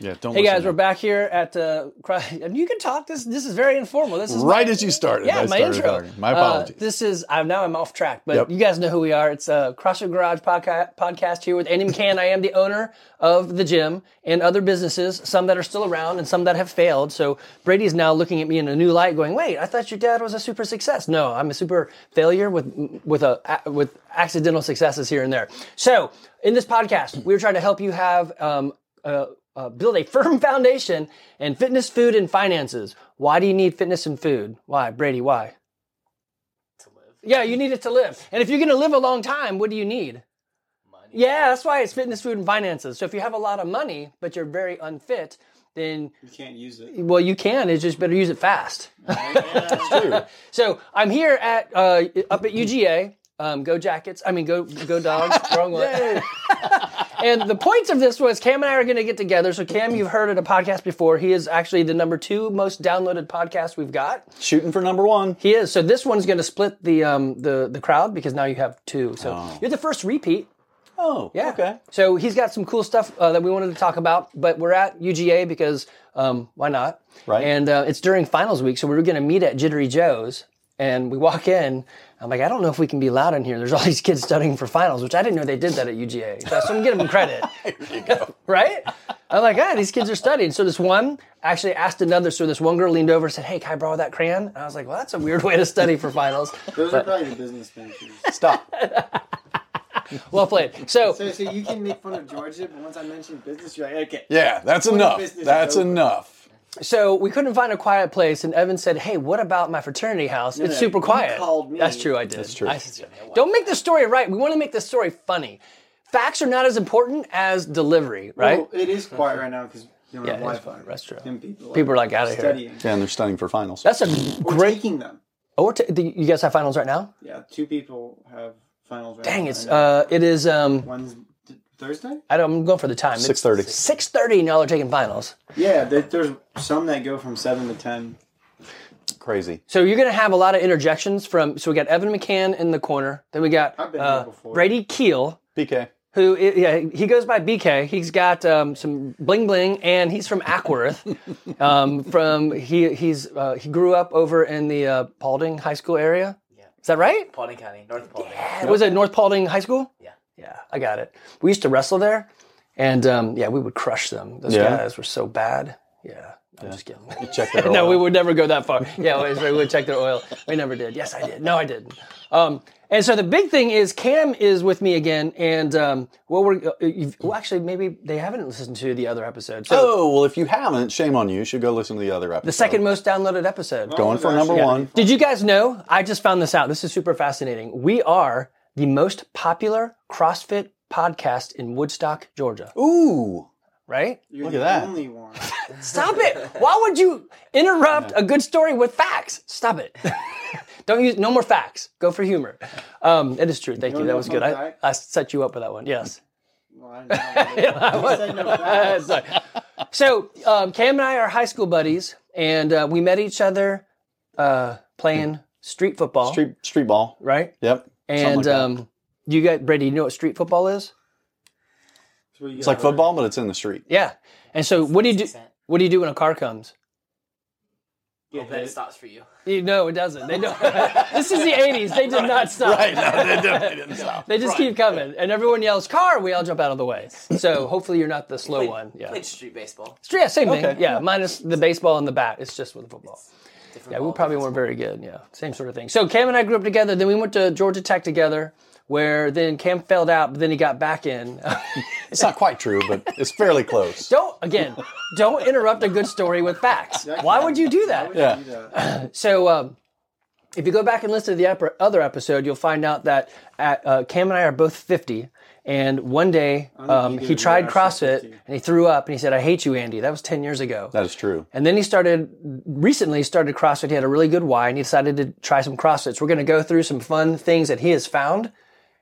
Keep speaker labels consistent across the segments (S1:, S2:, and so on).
S1: Yeah, don't.
S2: Hey
S1: listen
S2: guys,
S1: to
S2: we're
S1: him.
S2: back here at uh, Cry- and you can talk. This this is very informal. This is
S1: Right
S2: my-
S1: as you started,
S2: Yeah,
S1: I
S2: my
S1: started
S2: intro.
S1: talking. My
S2: Uh,
S1: apologies.
S2: this is I'm now I'm off track, but
S1: Yep.
S2: you guys know who we are. It's a CrossFit Garage podca- podcast here with Andy McCann. I am the owner of the gym and other businesses, some that are still around and some that have failed. So Brady's now looking at me in a new light, going, "Wait, I thought your dad was a super success. No, I'm a super failure with with a with accidental successes here and there." So in this podcast, we're trying to help you have um, uh, uh, build a firm foundation in fitness, food, and finances. Why do you need fitness and food? Why, Brady? Why? Yeah, you need it to live. And if you're going to live a long time, what do you need? Money. Yeah, that's why it's fitness, food, and finances. So if you have a lot of money, but you're very unfit, then,
S3: You can't use it.
S2: well, you can. It's just better use it fast. so I'm here at uh, up at UGA. Um, go Jackets. I mean, go go Dogs. Wrong one. and the point of this was Cam and I are going to get together. So Cam, you've heard at a podcast before. He is actually the number two most downloaded podcast we've got.
S3: Shooting for number one.
S2: He is. So this one's going to split the um the the crowd because now you have two. So you're the first repeat.
S3: Oh,
S2: Yeah.
S3: Okay.
S2: So he's got some cool stuff uh, that we wanted to talk about, but we're at UGA because um, why not?
S3: Right.
S2: And uh, it's during finals week, so we were going to meet at Jittery Joe's, and we walk in. I'm like, I don't know if we can be loud in here. There's all these kids studying for finals, which I didn't know they did that at UGA. So I'm giving them credit, right? I'm like, ah, these kids are studying. So this one actually asked another. So this one girl leaned over and said, "Hey, can I borrow that crayon?" And I was like, "Well, that's a weird way to study for finals."
S4: Those are probably the business ventures.
S3: Stop.
S2: well played. So
S4: Seriously, you can make fun of Georgia, but once I mention business, you're like, okay.
S1: Yeah, that's enough.
S4: business
S1: That's
S4: is over.
S1: enough.
S2: So we couldn't find a quiet place, and Evan said, "Hey, what about my fraternity house? it's
S4: no,
S2: super
S4: you
S2: quiet."
S4: called me.
S2: That's true. I did.
S3: That's true.
S2: I- don't make the story right. We want to make the story funny. Facts are not as important as delivery, right?
S4: Well, Oh, it is quiet right now because you don't
S2: Yeah,
S4: have
S2: it is
S4: Wi-Fi.
S2: quiet. That's true.
S4: And people,
S2: People are like, outta here.
S4: studying.
S3: Yeah, and they're studying for finals.
S2: That's a
S4: We're
S2: great.
S4: taking them.
S2: Oh, we're ta- do you guys have finals right now?
S4: Yeah, two people have finals. Right
S2: Dang,
S4: now.
S2: it's
S4: I know.
S2: uh, it is. Um,
S4: one's th- Thursday.
S2: I don't, I'm going for the time.
S3: Six thirty.
S2: Six thirty, and y'all are taking finals.
S4: Yeah, there, there's some that go from seven to ten.
S3: Crazy.
S2: So you're going to have a lot of interjections from. So we got Evan McCann in the corner. Then we got
S4: I've been here
S2: uh,
S4: before.
S2: Brady Keel.
S3: PK.
S2: who i- yeah he goes by BK. He's got um, some bling bling, and he's from Ackworth. um, from he he's uh, he grew up over in the uh, Paulding High School area. Yeah, is that right?
S5: Paulding County, North Paulding.
S2: Was it North Paulding High School?
S5: Yeah.
S2: yeah, I got it. We used to wrestle there, and um, yeah, we would crush them. Those
S3: Yeah.
S2: guys were so bad. Yeah, I'm just kidding.
S3: Check that
S2: No, we would never go that far. Yeah, we we would check their oil. We never did. Yes, I did. No, I didn't. Um, and so the big thing is Cam is with me again, and um, what we're uh, you've, well, actually maybe they haven't listened to the other episode. So
S3: Oh, well, if you haven't, shame on you. You should go listen to the other episode.
S2: the second most downloaded episode.
S3: Going for number
S4: Yeah.
S3: one.
S2: Did you guys know? I just found this out. This is super fascinating. We are the most popular CrossFit podcast in Woodstock, Georgia.
S3: Ooh.
S2: Right?
S4: You're
S3: Look
S4: the
S3: at that.
S4: Only one.
S2: Stop it! Why would you interrupt a good story with facts? Stop it! Don't use no more facts. Go for humor. Um, it is true. Thank you.
S4: wanna
S2: That
S4: know
S2: was
S4: a
S2: good.
S4: fun
S2: I,
S4: fact?
S2: I set you up with that one. Yes.
S4: Well, I know. You said no facts.
S2: Sorry. So um, Cam and I are high school buddies, and uh, we met each other uh, playing street football.
S3: Street, street ball.
S2: right?
S3: Yep. Something
S2: And
S3: like that.
S2: um, you got Brady. You know what street football is?
S4: So you
S3: it's
S4: got
S3: like football, but it's in the street.
S2: Yeah. And so what do you do? What do you do when a car comes?
S4: get
S5: Hope that
S4: hit.
S5: it stops for you.
S2: You, no, it doesn't. They don't. this is the '80s. They did not stop.
S3: Right. No, they definitely didn't stop.
S2: They just keep coming, and everyone yells "car." We all jump out of the way. So hopefully you're not the slow
S5: Played-
S2: one. Yeah,
S5: Played street baseball.
S2: Sure, yeah, same thing.
S3: Okay.
S2: Yeah, minus the baseball and the bat. It's just with the football.
S5: Different
S2: Yeah, we
S5: ball,
S2: probably
S5: different
S2: weren't very good. Yeah, same sort of thing. So Cam and I grew up together. Then we went to Georgia Tech together, where then Cam failed out, but then he got back in.
S3: It's not quite true, but it's fairly close.
S2: don't again, don't interrupt a good story with facts. Why would you do that?
S3: yeah.
S4: Do that.
S2: So, um, if you go back and listen to the ep- other episode, you'll find out that at, uh, Cam and I are both 50. And one day um,
S4: either
S2: he
S4: of you
S2: tried
S4: are
S2: CrossFit
S4: 50.
S2: and he threw up and he said, I hate you, Andy. That was 10 years ago.
S3: That is true.
S2: and then he started, recently started CrossFit. He had a really good why and he decided to try some CrossFit. So we're going to go through some fun things that he has found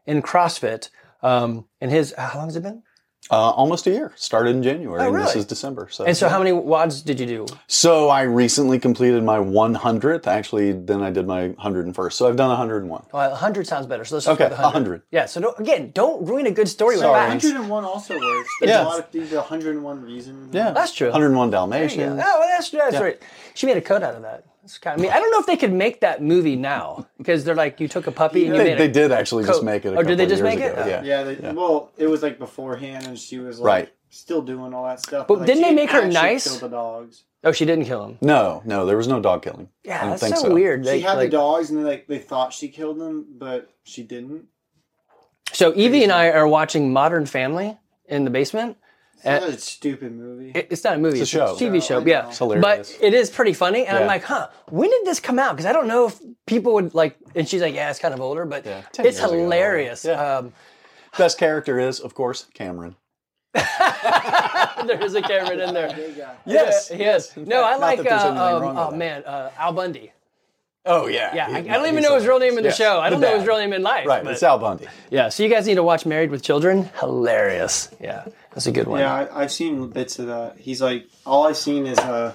S2: in CrossFit. Um, in his, how long has it been?
S3: Uh, almost a year. Started in January. and this
S2: Oh, really?
S3: is December. So.
S2: And so, how many wads did you do?
S3: so I recently completed my 100th. Actually, then I did my 101st. So I've done 101.
S2: Well, 100 sounds better. So let's
S3: Okay,
S2: just go with 100.
S3: 100.
S2: Yeah. So don't, again, don't ruin a good story with
S3: Sorry.
S2: facts.
S4: 101 also works. There's
S3: Yeah.
S4: a lot of these 101 reasons.
S3: Yeah.
S2: That's true.
S3: 101
S2: Yeah. Oh,
S3: Dalmatians.
S2: well, that's, that's right. She made a coat out of that. That's kind of, I mean, I don't know if they could make that movie now because they're like, you took a puppy and you
S3: They,
S2: made
S3: they
S2: it.
S3: did actually just
S2: coat.
S3: make it. A
S2: Or did
S3: couple
S2: they
S3: of
S2: just
S3: years
S2: make it?
S3: ago.
S2: Yeah.
S3: Yeah.
S4: Yeah, they, well, it was like beforehand, and she was like
S3: Right.
S4: still doing all that stuff.
S2: But
S4: like,
S2: didn't
S4: she
S2: they make her
S4: actually
S2: nice?
S4: Killed the dogs.
S2: Oh, she didn't kill him.
S3: No, no, there was no dog killing. I
S2: Yeah,
S3: don't
S2: that's
S3: think
S2: so, weird.
S4: She
S2: They-
S4: had
S2: like-
S4: the dogs, and then like they thought she killed them, but she didn't.
S2: So Evie and I are watching Modern Family in the basement.
S4: That's a stupid movie.
S2: Eh. It- It's not a movie. It's
S3: It's
S2: a,
S3: a show.
S2: TV show.
S4: I
S2: Yeah,
S4: know. It's
S3: hilarious.
S2: But it is pretty funny, and I'm
S3: Yeah.
S2: like, huh, when did this come out? Because I don't know if people would like. And she's like, yeah, it's kind of older, but
S3: Ten
S2: it's
S3: years ago.
S2: hilarious.
S3: Yeah.
S2: Um,
S3: Best character is, of course, Cameron.
S2: there is a Cameron in there.
S4: Big guy.
S2: Yeah, yes. No, I
S3: Not
S2: like.
S3: that there's
S2: uh,
S3: anything
S2: um,
S3: wrong with
S2: oh
S3: that.
S2: man, uh, Al Bundy.
S3: Oh yeah.
S2: Yeah,
S3: He-
S2: I, I don't even
S3: he's
S2: know his real name in the
S3: hilarious.
S2: show. I
S3: The
S2: don't know his
S3: dad.
S2: real name in life.
S3: Right,
S2: but-
S3: it's Al Bundy.
S2: yeah. So you guys need to watch Married with Children. Hilarious. Yeah, that's a good one.
S4: Yeah, I, I've seen bits of that. He's like, all I've seen is uh,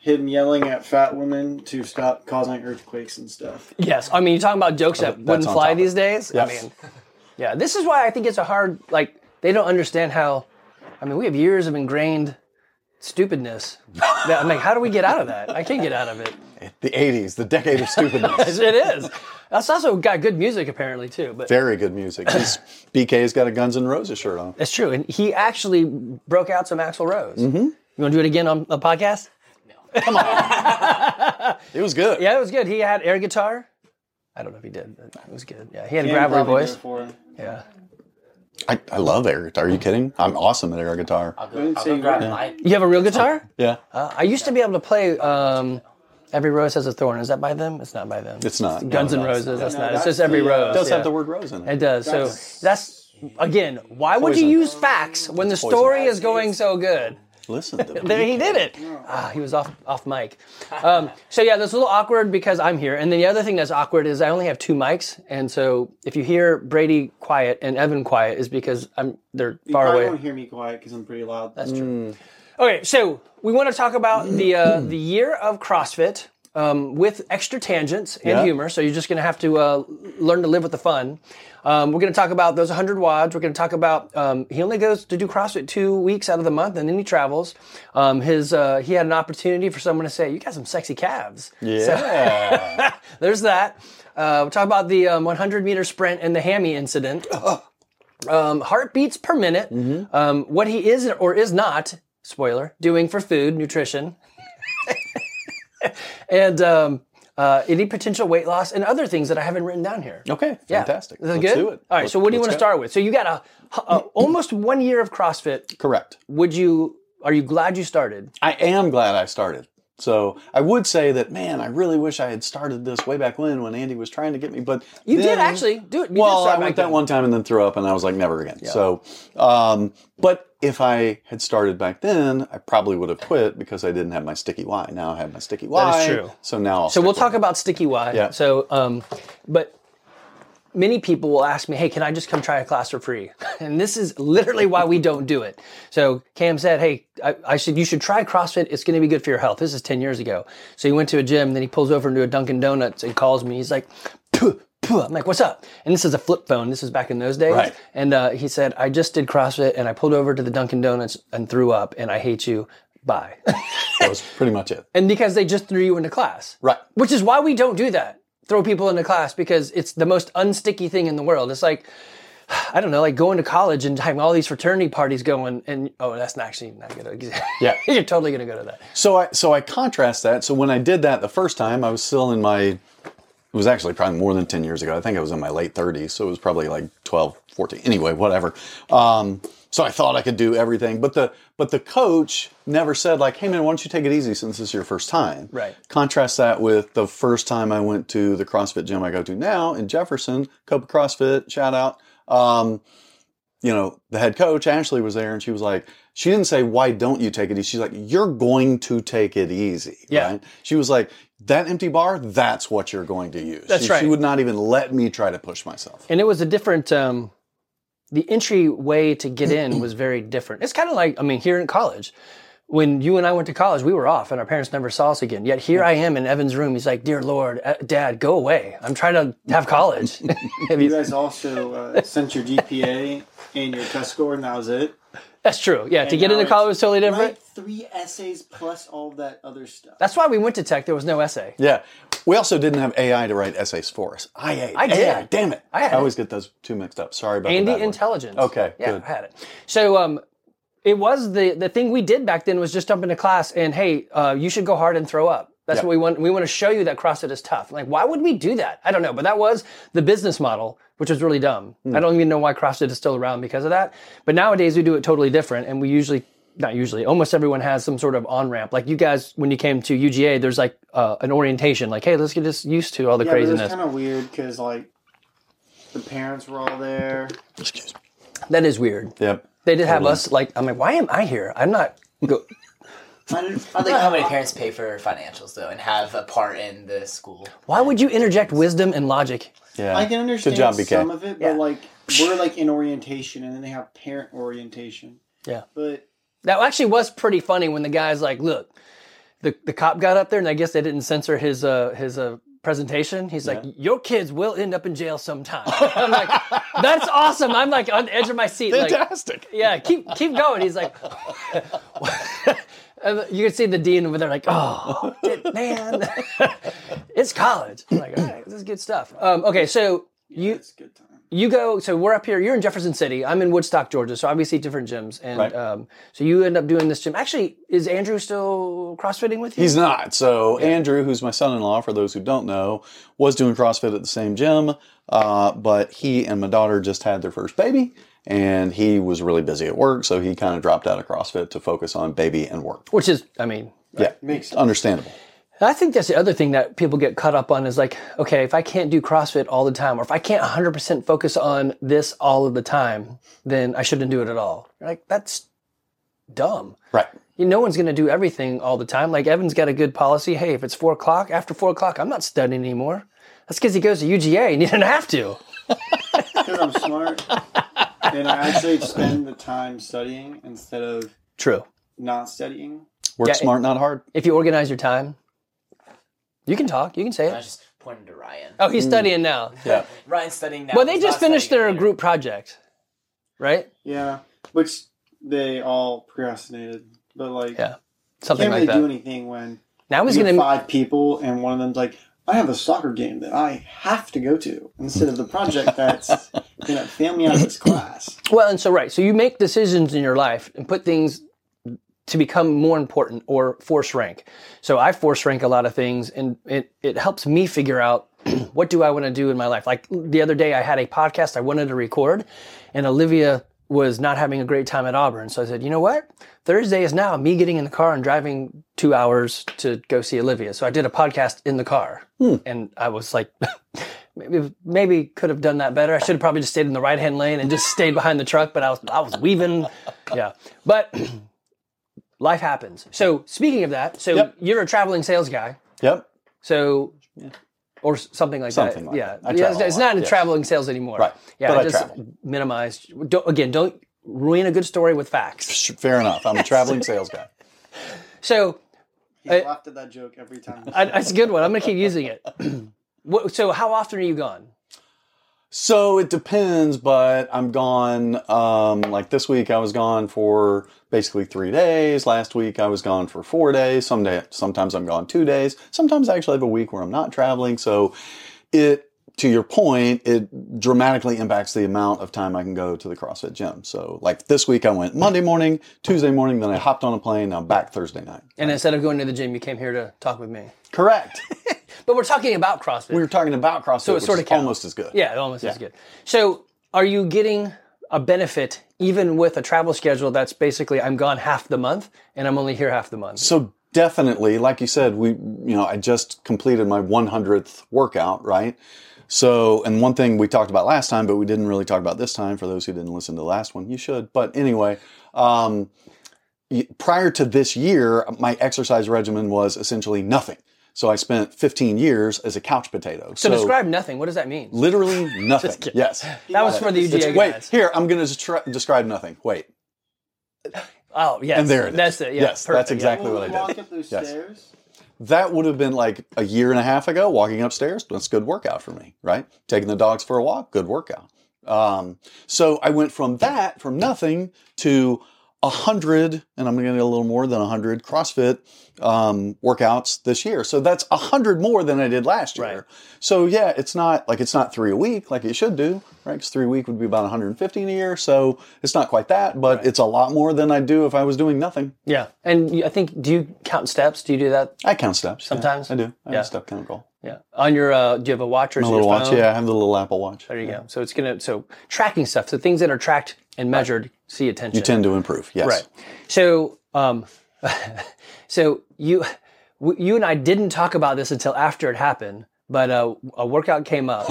S4: him yelling at fat women to stop causing earthquakes and stuff.
S2: Yes, I mean you're talking about jokes that
S3: That's
S2: wouldn't
S3: on
S2: fly
S3: topic.
S2: these days.
S3: Yeah.
S2: I mean, yeah, this is why I think it's a hard like they don't understand how. I mean, we have years of ingrained stupidness. that, I'm like, how do we get out of that? I can't get out of it.
S3: The '80s, the decade of stupidness.
S2: It is. That's also got good music apparently too. But
S3: Very good music. He's, BK's got a Guns N' Roses shirt on.
S2: it's true, and he actually broke out some Axl Rose. Mm-hmm. You want to do it again on a podcast?
S3: It was good.
S2: Yeah, it was good. He had air guitar. I don't know if he did, but it was good. Yeah, he had a
S4: Can't
S2: gravelly
S4: probably do
S2: voice.
S4: it for him.
S2: Yeah.
S3: I, I love air guitar. Are you kidding? I'm awesome at air guitar.
S5: I'll
S4: I
S5: go,
S4: didn't
S5: I'll
S4: say
S5: go
S4: you
S5: grab
S4: were.
S5: mine.
S2: You have a real guitar?
S3: Yeah,
S2: I used to be able to play um, "Every Rose Has a Thorn." Is that by them? It's not by them.
S3: it's not no,
S2: Guns
S3: no,
S2: N'
S3: no.
S2: Roses. That's
S4: No,
S2: not. It's
S4: that's
S2: just "Every
S4: the, uh,
S2: Rose."
S3: It does
S2: yeah.
S3: have the word rose in
S2: It
S3: it.
S2: does.
S4: That's-
S2: so that's again. Why would you
S3: Poison.
S2: use facts when the story is going so good?
S3: Listen to
S2: There
S3: me.
S2: he did it. Ah, he was off off mic. Um, so yeah, that's a little awkward because I'm here. And then the other thing that's awkward is I only have two mics, and so if you hear Brady quiet and Evan quiet, is because I'm they're
S4: You
S2: far
S4: probably
S2: away.
S4: won't hear me quiet because I'm pretty loud. That's
S2: Okay, so we want to talk about the uh, the year of CrossFit um, with extra tangents and
S3: Yeah.
S2: humor. So you're just going to have to uh, learn to live with the fun. Um, we're going to talk about those 100 wads. We're going to talk about um, he only goes to do CrossFit two weeks out of the month, and then he travels. Um, his uh, he had an opportunity for someone to say, "You got some sexy calves."
S3: Yeah.
S2: There's that. Uh, we'll talk about the um, 100 meter sprint and the hammy incident. Um, heartbeats per minute.
S3: Mm-hmm.
S2: Um, what he is or is not, spoiler, doing for food, nutrition, and um, uh, any potential weight loss and other things that I haven't written down here.
S3: okay.
S2: Yeah.
S3: Fantastic.
S2: Is that
S3: Let's
S2: good?
S3: do it.
S2: All right. so, what do you want
S3: Let's
S2: to
S3: go.
S2: start with? So, you got a, a almost one year of CrossFit.
S3: Correct.
S2: Would you? Are you glad you started?
S3: I am glad I started. So I would say that, man, I really wish I had started this way back when, when Andy was trying to get me. But
S2: You did
S3: then-
S2: actually do it. You did
S3: well, I
S2: start back
S3: went
S2: then.
S3: that one time and then threw up, and I was like, never again. So, um, but if I had started back then, I probably would have quit because I didn't have my sticky Y. Now I have my sticky Y.
S2: is true.
S3: So now, I'll
S2: So we'll
S3: stick
S2: talk about sticky Y.
S3: Yeah.
S2: So, um, but many people will ask me, "Hey, can I just come try a class for free?" And this is literally why we don't do it. So Cam said, "Hey, I, I should you should try CrossFit. It's going to be good for your health." This is ten years ago. So he went to a gym, then he pulls over into a Dunkin' Donuts and calls me. He's like. "Puh, puh." I'm like, what's up? And this is a flip phone. This is back in those days.
S3: Right.
S2: And uh, he said, I just did CrossFit and I pulled over to the Dunkin' Donuts and threw up and I hate you. Bye.
S3: it. That was pretty much it.
S2: and because they just threw you into class.
S3: Right.
S2: Which is why we don't do that. Throw people into class because it's the most unsticky thing in the world. It's like, I don't know, like going to college and having all these fraternity parties going, and oh, that's not actually not good.
S3: Yeah.
S2: You're totally going to go to that.
S3: So I so I contrast that. So when I did that the first time, I was still in my it was actually probably more than 10 years ago. I think I was in my late 30s, so it was probably like 12, 14. Anyway, whatever. Um, so I thought I could do everything, but the but the coach never said like, "Hey man, why don't you take it easy since this is your first time?"
S2: Right.
S3: Contrast that with the first time I went to the CrossFit gym I go to now in Jefferson, Copa CrossFit, shout out. Um, you know, the head coach, Ashley, was there and she was like, she didn't say, why don't you take it easy? She's like, you're going to take it easy.
S2: Yeah.
S3: Right? She was like, that empty bar, that's what you're going to use.
S2: That's
S3: she,
S2: right.
S3: She would not even let me try to push myself.
S2: And it was a different, um, the entryway to get in was very different. It's kind of like I mean here in college. When you and I went to college, we were off, and our parents never saw us again. Yet here I am in Evan's room. He's like, "Dear Lord, uh, Dad, go away. I'm trying to have college." Have
S4: You
S2: you-
S4: guys also uh, sent your GPA and your test score, and that was it.
S2: That's true. Yeah, to
S4: And
S2: get
S4: now
S2: into
S4: it's
S2: college was totally different.
S4: Write three essays plus all that other stuff.
S2: That's why we went to tech. There was no essay.
S3: Yeah. We also didn't have AI to write essays for us. I ate.
S2: I did.
S3: AI, damn it.
S2: I
S3: I,
S2: had
S3: always get those two mixed up. Sorry about
S2: Andy
S3: that.
S2: Intelligence.
S3: Okay,
S2: Yeah,
S3: good.
S2: I had it. So um, it was the the thing we did back then was just jump into class and hey, uh, you should go hard and throw up. That's
S3: Yeah.
S2: what we want. We want to show you that CrossFit is tough. Like, why would we do that? I don't know, but that was the business model, which was really dumb.
S3: Hmm.
S2: I don't even know why CrossFit is still around because of that. But nowadays we do it totally different, and we usually. Not usually. Almost everyone has some sort of on ramp. Like you guys, when you came to UGA, there's like uh, an orientation. Like, hey, let's get us used to all the
S4: yeah, but it
S2: craziness.
S4: was kind of weird because like the parents were all there.
S3: Excuse me.
S2: that is weird.
S3: Yep.
S2: They did have us like I'm like, why am I here? I'm not. Go-
S4: I didn't,
S5: I like how many parents pay for financials though and have a part in the school.
S2: why would you interject wisdom and logic?
S3: Yeah.
S4: I can understand
S3: Good job, BK.
S4: some of it, but
S2: Yeah.
S4: like we're like in orientation, and then they have parent orientation.
S2: Yeah.
S4: But
S2: That actually was pretty funny when the guy's like, look, the the cop got up there and I guess they didn't censor his uh his uh presentation. He's like, your kids will end up in jail sometime. I'm like, that's awesome. I'm like on the edge of my seat. Like,
S3: Fantastic.
S2: yeah, keep keep going. He's like. And you can see the dean over there, like, oh, shit, man, it's college. I'm like, all right, this is good stuff. Um, okay, so you
S4: it's a good time.
S2: you go so we're up here you're in jefferson city i'm in woodstock georgia so obviously different gyms and
S3: Right.
S2: um, so you end up doing this gym actually is andrew still crossfitting with you
S3: He's not. So Andrew, who's my son-in-law, for those who don't know, was doing CrossFit at the same gym, uh, but he and my daughter just had their first baby, and he was really busy at work, so he kind of dropped out of CrossFit to focus on baby and work.
S2: which is i mean
S3: Yeah,
S4: Makes sense.
S3: understandable.
S2: i think that's the other thing that people get caught up on is like okay if i can't do crossfit all the time or if i can't 100% focus on this all of the time then i shouldn't do it at all You're like that's dumb
S3: Right.
S2: you, no one's going to do everything all the time. Like Evan's got a good policy. Hey, if it's four o'clock, after four o'clock, I'm not studying anymore. That's because he goes to UGA and he didn't have to.
S4: because I'm smart, and I actually spend the time studying instead of
S2: True.
S4: not studying.
S3: Work
S2: Yeah,
S3: smart, not hard.
S2: If you organize your time, you can talk. You can say
S5: I
S2: it.
S5: was just pointing to Ryan.
S2: Oh,
S4: Hmm.
S2: he's studying now.
S3: Yeah.
S5: Ryan's studying now.
S2: Well, they
S5: He's
S2: just
S5: not
S2: finished
S5: studying
S2: their
S5: later.
S2: group project, right?
S4: Yeah, which they all procrastinated, but like
S2: Yeah, Something
S4: can't really
S2: like
S4: do
S2: that.
S4: anything when
S2: Now he's
S4: you get
S2: gonna.
S4: five people and one of them's like, I have a soccer game that I have to go to instead of the project that's gonna fail me out of this class.
S2: Well, and so right, so you make decisions in your life and put things to become more important or force rank. So I force rank a lot of things, and it it helps me figure out what do I want to do in my life. Like the other day, I had a podcast I wanted to record, and Olivia was not having a great time at Auburn. So I said, you know what? Thursday is now me getting in the car and driving two hours to go see Olivia. So I did a podcast in the car, and I was like. maybe maybe could have done that better. I should have probably just stayed in the right hand lane and just stayed behind the truck, but I was I was weaving. Yeah. But life happens. So speaking of that, so
S3: Yep.
S2: you're a traveling sales guy.
S3: Yep.
S2: So or s- something like
S3: Something
S2: that.
S3: like
S2: yeah.
S3: that. I
S2: Yeah,
S3: travel
S2: it's,
S3: a
S2: it's
S3: lot,
S2: not in
S3: yes.
S2: traveling sales anymore.
S3: Right.
S2: Yeah,
S3: But I
S2: just
S3: travel.
S2: minimize don't, again, don't ruin a good story with facts.
S3: Sh- Fair enough. I'm a traveling sales guy.
S2: So
S4: He laughed at that joke every time.
S2: I, that's a good one. I'm going to keep using it. What- so how often are you gone?
S3: So it depends, but I'm gone. Um, like this week, I was gone for basically three days. Last week, I was gone for four days. Some day, sometimes I'm gone two days. Sometimes I actually have a week where I'm not traveling. So it, to your point, it dramatically impacts the amount of time I can go to the CrossFit gym. So like this week, I went Monday morning, Tuesday morning, then I hopped on a plane. I'm back Thursday night.
S2: And instead of going to the gym, you came here to talk with me.
S3: Correct.
S2: But we're talking about CrossFit.
S3: we were talking about CrossFit, so
S2: it sorta counts.
S3: almost as good.
S2: Yeah, it almost is good. So, are you getting a benefit even with a travel schedule that's basically I'm gone half the month and I'm only here half the month?
S3: So definitely, like you said, we, you know, I just completed my 100th workout, right? So, and one thing we talked about last time, but we didn't really talk about this time for those who didn't listen to the last one, you should. But anyway, um, y- prior to this year, my exercise regimen was essentially nothing. So I spent 15 years as a couch potato.
S2: So, describe nothing. What does that mean?
S3: literally nothing.
S2: kidding.
S3: yes.
S2: That was for the UGA
S3: Wait,
S2: guys.
S3: here, I'm going to describe nothing. Wait.
S2: Oh, yes.
S3: And there it is.
S2: That's it. Yeah,
S3: Yes, that's
S2: perfect, yeah.
S3: exactly- what I did.
S4: walk up those
S3: Yes.
S4: stairs.
S3: That would have been like a year and a half ago, walking upstairs. That's a good workout for me, right? Taking the dogs for a walk, good workout. Um, so I went from that, from nothing to a hundred, and I'm going to get a little more than a hundred CrossFit um, workouts this year. So that's a hundred more than I did last year.
S2: Right.
S3: So yeah, it's not like it's not three a week like it should do, right? Because three a week would be about 150 in a year. So it's not quite that, but it's a lot more than I do if I was doing nothing.
S2: Yeah. And you, I think, do you count steps? Do you do that?
S3: I count steps yeah.
S2: Sometimes?
S3: I do. I
S2: Yeah.
S3: have a step count goal.
S2: Yeah. On your, uh, do you have a watch or is
S3: My
S2: it your
S3: little watch.
S2: phone?
S3: Yeah, I have the little Apple Watch.
S2: There you go. So it's going to, so tracking stuff. So things that are tracked and measured, see attention.
S3: You tend to improve. Yes.
S2: Right. So, um, so you, w- you and I didn't talk about this until after it happened, but uh, a workout came up.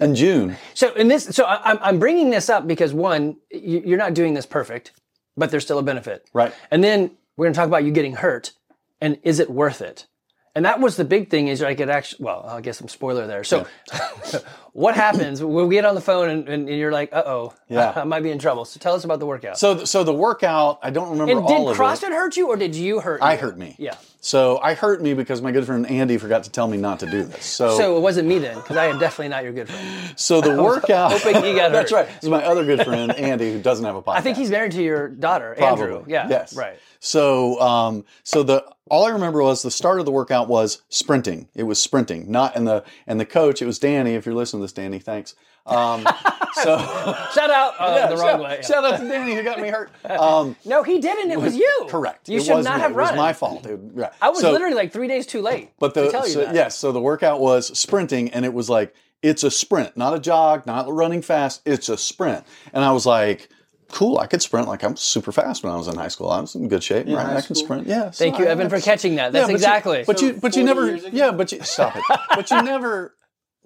S3: In June,
S2: so in this, so I, I'm I'm bringing this up because one, you, you're not doing this perfect, but there's still a benefit.
S3: right?
S2: And then we're going to talk about you getting hurt and is it worth it? And that was the big thing is I could actually, well, I guess I'm spoiler there. So what happens when we get on the phone and, and, and you're like, uh oh,
S3: Yeah.
S2: I, might be in trouble. So tell us about the workout.
S3: So, th- so the workout. I don't remember
S2: and did
S3: all of it.
S2: CrossFit hurt you or did you hurt
S3: I
S2: you?
S3: hurt me.
S2: Yeah.
S3: So I hurt me because my good friend Andy forgot to tell me not to do this. So, so,
S2: So it wasn't me then because I am definitely not your good friend.
S3: the workout.
S2: hoping he got
S3: That's
S2: hurt.
S3: right. This is my other good friend Andy, who doesn't have a podcast.
S2: I think he's married to your daughter, Andrew. Yeah.
S3: Yes.
S2: Right.
S3: So, um, so the all I remember was the start of the workout was sprinting. It was sprinting, not and the and the coach. It was Danny. If you're listening to this, Danny, thanks. Um, so
S2: Shout out uh, the wrong
S3: shout,
S2: way. Yeah.
S3: shout out to Danny who got me hurt. Um,
S2: No, he didn't. It was you.
S3: correct.
S2: You
S3: It
S2: should
S3: was
S2: not
S3: me.
S2: have
S3: It
S2: run.
S3: was my fault. It- yeah.
S2: I was
S3: So-
S2: literally like three days too late.
S3: But the
S2: to tell you
S3: so,
S2: that.
S3: yes, so the workout was sprinting, and it was like it's a sprint, not a jog, not running fast. It's a sprint, and I was like. Cool, I could sprint like I'm super fast when I was in high school. I was in good shape, right?
S4: high
S3: I can
S4: school?
S3: sprint. Yeah. so
S2: Thank you,
S3: I-
S2: Evan, for catching that. That's
S3: but you-
S2: exactly.
S3: But you,
S4: So
S3: but you
S4: 40
S3: never.
S4: years ago?
S3: Yeah, but you stop it. but you never.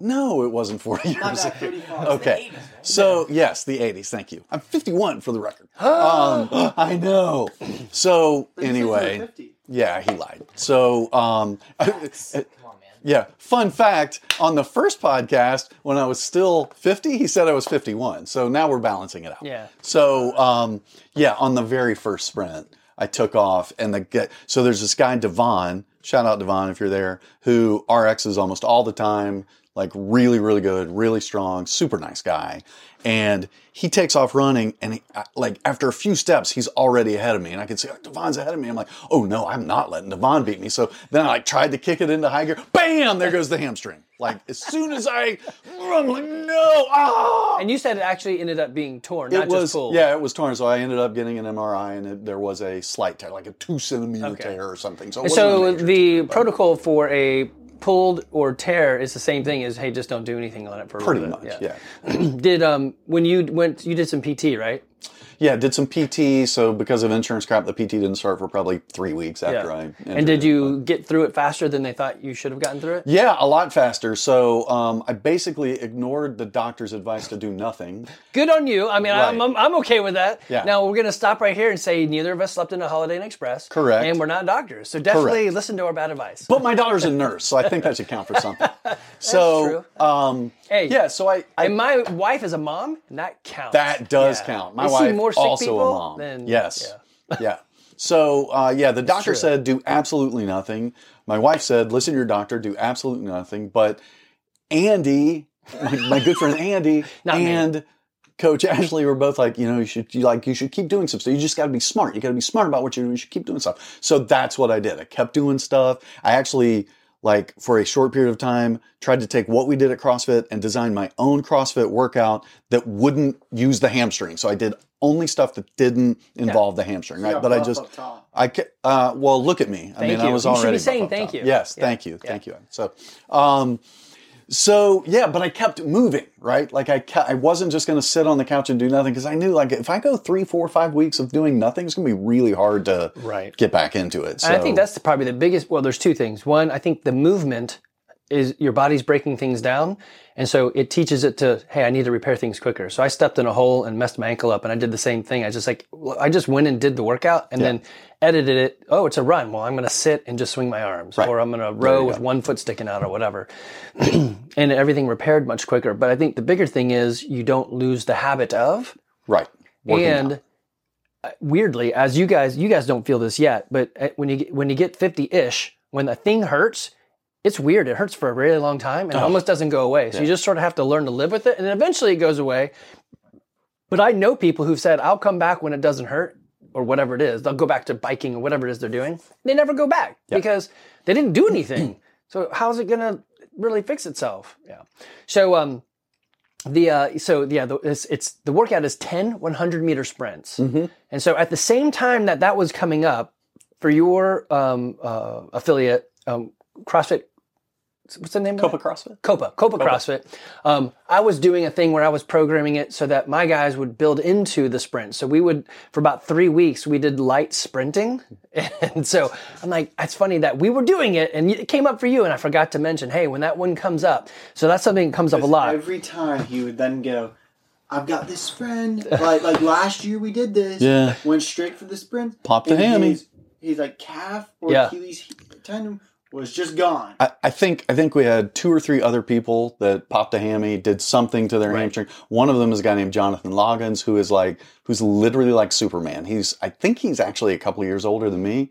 S3: No, it wasn't 40 years
S4: Not
S3: ago.
S4: that 35.
S3: Okay. So, yes, the 80s. Thank you. I'm 51 for the record. um, I know. So,
S4: But you said you were
S3: anyway.
S4: 50.
S3: Yeah, he lied. So, um,
S5: Come on, man.
S3: yeah, fun fact on the first podcast, when I was still 50, he said I was 51. So now we're balancing it out.
S2: Yeah.
S3: So, um, yeah, on the very first sprint, I took off, and the guy, so there's this guy Devon. Shout out Devon if you're there, who RXs almost all the time. Like really, really good, really strong, super nice guy, and he takes off running, and he, I- like after a few steps, he's already ahead of me, and I can see like Devon's ahead of me. I'm like, oh no, I'm not letting Devon beat me. So then I like tried to kick it into high gear, bam, there goes the hamstring. Like as soon as I, I'm like no, ah,
S2: and you said it actually ended up being torn, not
S3: it was
S2: just pulled.
S3: yeah, it was torn. So I ended up getting an MRI, and it, there was a slight tear, like a two centimeter
S2: Okay.
S3: tear or something. So, it
S2: And
S3: wasn't a
S2: So
S3: major
S2: the
S3: tear, but
S2: protocol for a pulled or tear is the same thing as hey, just don't do anything on it for a
S3: pretty
S2: little
S3: much,
S2: bit.
S3: yeah. yeah,
S2: Did um when you went you did some PT right?
S3: Did some PT. So because of insurance crap, the PT didn't start for probably three weeks after I.
S2: and
S3: injured
S2: did
S3: it.
S2: you get through it faster than they thought you should have gotten through it?
S3: Yeah, a lot faster. So um, I basically ignored the doctor's advice to do nothing.
S2: Good on you. I mean, I'm,
S3: Right.
S2: I'm I'm okay with that.
S3: Yeah.
S2: Now we're gonna stop right here and say neither of us slept in a Holiday Inn Express.
S3: Correct.
S2: And we're not doctors, so definitely
S3: Correct.
S2: listen to our bad advice.
S3: But my daughter's a nurse, so I think that should count for something. so, um,
S2: Hey.
S3: yeah, so I, I
S2: and my wife is a mom, and that counts.
S3: That does
S2: Yeah.
S3: count. My
S2: You see
S3: wife
S2: more sick
S3: also
S2: people
S3: a mom.
S2: than-
S3: yes.
S2: yeah.
S3: Yeah. So uh, yeah, the doctor
S2: true.
S3: said do absolutely nothing. My wife said listen to your doctor, do absolutely nothing. But Andy, my, my good friend Andy,
S2: Not me.
S3: and Coach Ashley were both like, you know, you should you like you should keep doing some stuff. You just got to be smart. You got to be smart about what you're doing. You should keep doing stuff. So that's what I did. I kept doing stuff. I actually like for a short period of time tried to take what we did at CrossFit and design my own CrossFit workout that wouldn't use the hamstring. So I did only stuff that didn't involve the hamstring, right?
S4: got
S3: But I
S4: buff
S3: just
S4: up top.
S3: I ca- uh, well, look at me. I
S2: Thank
S3: mean, I
S2: you.
S3: was
S2: You should be
S3: already
S2: saying
S3: buff up
S2: thank
S3: top.
S2: you.
S3: Yes,
S2: Yeah.
S3: thank you, thank you. So, um, so yeah, but I kept moving, right? Like I, ca- I wasn't just going to sit on the couch and do nothing because I knew like if I go three, four, five weeks of doing nothing, it's going to be really hard to
S2: Right.
S3: get back into it. So
S2: And I think that's probably the biggest. Well, there's two things. One, I think the movement is your body's breaking things down. And so it teaches it to, hey, I need to repair things quicker. So I stepped in a hole and messed my ankle up and I did the same thing. I just like, I just went and did the workout and then edited it. Oh, it's a run. Well, I'm going to sit and just swing my arms or I'm going to row with one foot sticking out or whatever. and everything repaired much quicker. But I think the bigger thing is you don't lose the habit of
S3: Right. Working
S2: and
S3: out.
S2: uh, weirdly, as you guys, you guys don't feel this yet, but uh, when you get, when you get fifty ish, when a thing hurts, it's weird. It hurts for a really long time
S3: Oh.
S2: and it almost doesn't go away. So you just sort of have to learn to live with it, and then eventually it goes away. But I know people who've said, "I'll come back when it doesn't hurt." Or whatever it is, they'll go back to biking or whatever it is they're doing. They never go back because they didn't do anything. so how's it gonna really fix itself? Yeah. So um, the uh, so yeah, the, it's, it's the workout is 10 100 meter sprints,
S3: Mm-hmm.
S2: and so at the same time that that was coming up for your um, uh, affiliate um, CrossFit, what's the name?
S3: Copa
S2: of it?
S3: CrossFit.
S2: Copa, Copa CrossFit. Um, I was doing a thing where I was programming it so that my guys would build into the sprint. So we would, for about three weeks, we did light sprinting. And so I'm like, it's funny that we were doing it and it came up for you. And I forgot to mention, hey, when that one comes up, so that's something that comes up a
S3: Uh,
S2: lot.
S4: Every time he would then go, I've got this friend. Like like last year we did this.
S3: Yeah.
S4: Went straight for the sprint.
S3: Pop the
S4: And
S3: hammy.
S4: He's, he's like calf or
S2: Yeah.
S4: Achilles tendon was just gone.
S3: I, I think I think we had two or three other people that popped a hammy, did something to their hamstring. One of them is a guy named Jonathan Loggins, who is like who's literally like Superman. He's I think he's actually a couple years older than me.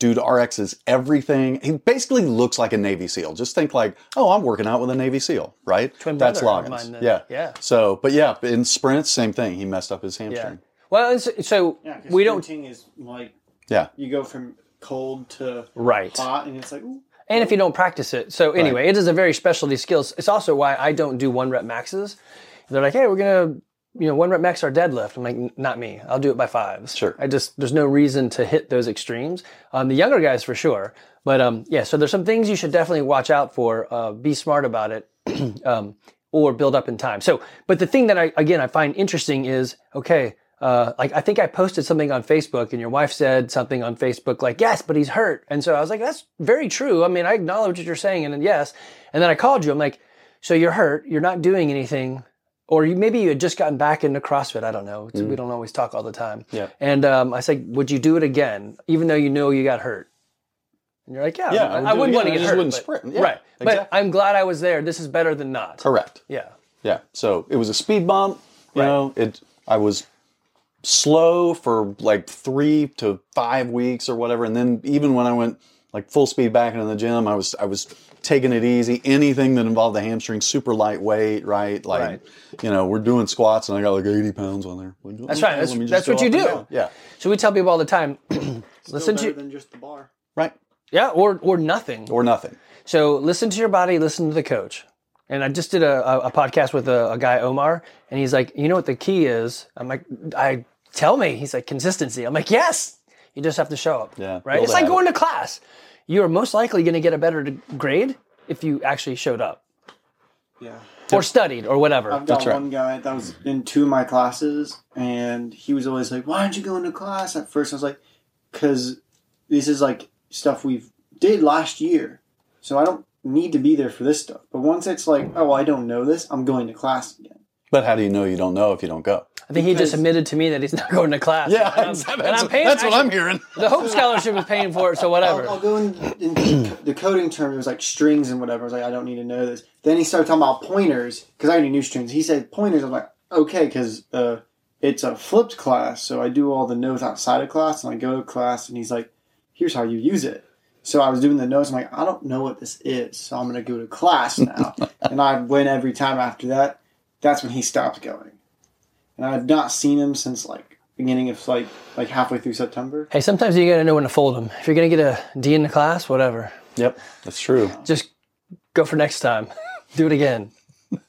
S3: Dude RX is everything. He basically looks like a Navy SEAL. Just think like, oh, I'm working out with a Navy SEAL, right?
S2: Twin
S3: That's
S2: brother of
S3: Loggins.
S2: mine that-
S3: yeah.
S2: yeah.
S3: So, but yeah, in sprints, same thing. He messed up his hamstring.
S2: Well, it's, so
S4: Yeah, 'cause
S2: we don't.
S4: sprinting is like
S3: Yeah.
S4: you go from cold to
S2: Right.
S4: hot, and it's like ooh,
S2: And if you don't practice it. So anyway, it is a very specialty skill. It's also why I don't do one rep maxes. They're like, hey, we're gonna, you know, one rep max our deadlift. I'm like, "N- not me. I'll do it by fives.
S3: Sure.
S2: I just there's no reason to hit those extremes. Um, the younger guys for sure. But um, yeah, so there's some things you should definitely watch out for. Uh, be smart about it. um, or build up in time. So, but the thing that I again I find interesting is okay. Uh, like I think I posted something on Facebook, and your wife said something on Facebook like, "Yes, but he's hurt." And so I was like, "That's very true." I mean, I acknowledge what you're saying, and, and yes. And then I called you. I'm like, "So you're hurt. You're not doing anything, or you, maybe you had just gotten back into CrossFit. I don't know. We don't always talk all the time."
S3: Mm. Yeah.
S2: And um, I said, "Would you do it again, even though you know you got hurt?" And you're like, "Yeah,
S3: Yeah, I
S2: I,
S3: would
S2: I
S3: do it
S2: wouldn't want
S3: again. I
S2: to get
S3: just
S2: hurt,
S3: wouldn't
S2: but-
S3: sprint. Yeah,
S2: right? But
S3: exactly.
S2: I'm glad I was there. This is better than not.
S3: Correct.
S2: Yeah.
S3: Yeah. So it was a speed bump. You
S2: Right.
S3: know, it. I was slow for like three to five weeks or whatever, and then even when I went like full speed back into the gym, I was I was taking it easy. Anything that involved the hamstring, super lightweight, right? Like,
S2: Right.
S3: you know, we're doing squats, and I got like eighty pounds on there. that's
S2: right. That's- that's what you do.
S3: Yeah.
S2: So we tell people all the time,
S4: still
S2: listen
S4: better
S2: to
S4: than just the bar.
S3: Right.
S2: yeah, or or nothing.
S3: Or nothing.
S2: So listen to your body, listen to the coach. And I just did a, a, a podcast with a, a guy Omar, and he's like, you know what the key is? I'm like, I tell me. He's like consistency. I'm like, yes. You just have to show up.
S3: Yeah,
S2: Right.
S3: build
S2: It's
S3: a
S2: like
S3: habit.
S2: going to class. You are most likely going to get a better d- grade if you actually showed up
S4: Yeah.
S2: or studied or whatever.
S4: I've got
S3: That's right.
S4: one guy that was in two of my classes, and he was always like, "Why aren't you going to class?" At first, I was like, "Cause this is like stuff we've did last year, so I don't need to be there for this stuff." But once it's like, "Oh, I don't know this," I'm going to class again.
S3: But how do you know you don't know if you don't go?
S2: I think he just
S4: because-
S2: admitted to me that he's not going to class. And I'm-
S3: that's,
S2: and
S3: that's-
S2: I'm paying-
S3: that's what I'm Oh,
S2: actually,
S3: hearing.
S2: The Hope Scholarship is paying for it, so whatever.
S4: I'll, I'll go in, in the coding term. It was like strings and whatever. I was like, "I don't need to know this." Then he started talking about pointers because I already knew strings. He said pointers. I'm like, "Okay," because uh, it's a flipped class, so I do all the notes outside of class, and I go to class, and he's like, "Here's how you use it." So I was doing the notes. I'm like, I don't know what this is, so I'm gonna go to class now. and I win every time after that. That's when he stopped going, and I've not seen him since like beginning of like like halfway through September.
S2: Hey, sometimes you gotta know when to fold them. If you're gonna get a D in the class, whatever,
S3: Yep, that's true.
S2: just go for next time. Do it again.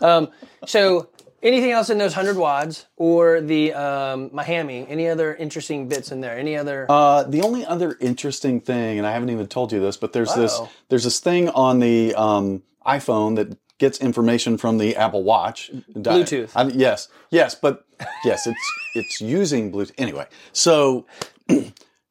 S2: um, so, anything else in those hundred wads or the um, Miami? Any other interesting bits in there? Any other?
S3: Uh, the only other interesting thing, and I haven't even told you this, but there's this
S2: Uh-oh.
S3: there's this thing on the um, iPhone that gets information from the Apple Watch.
S2: Bluetooth.
S3: I- yes, yes, but yes, it's it's using Bluetooth. Anyway, so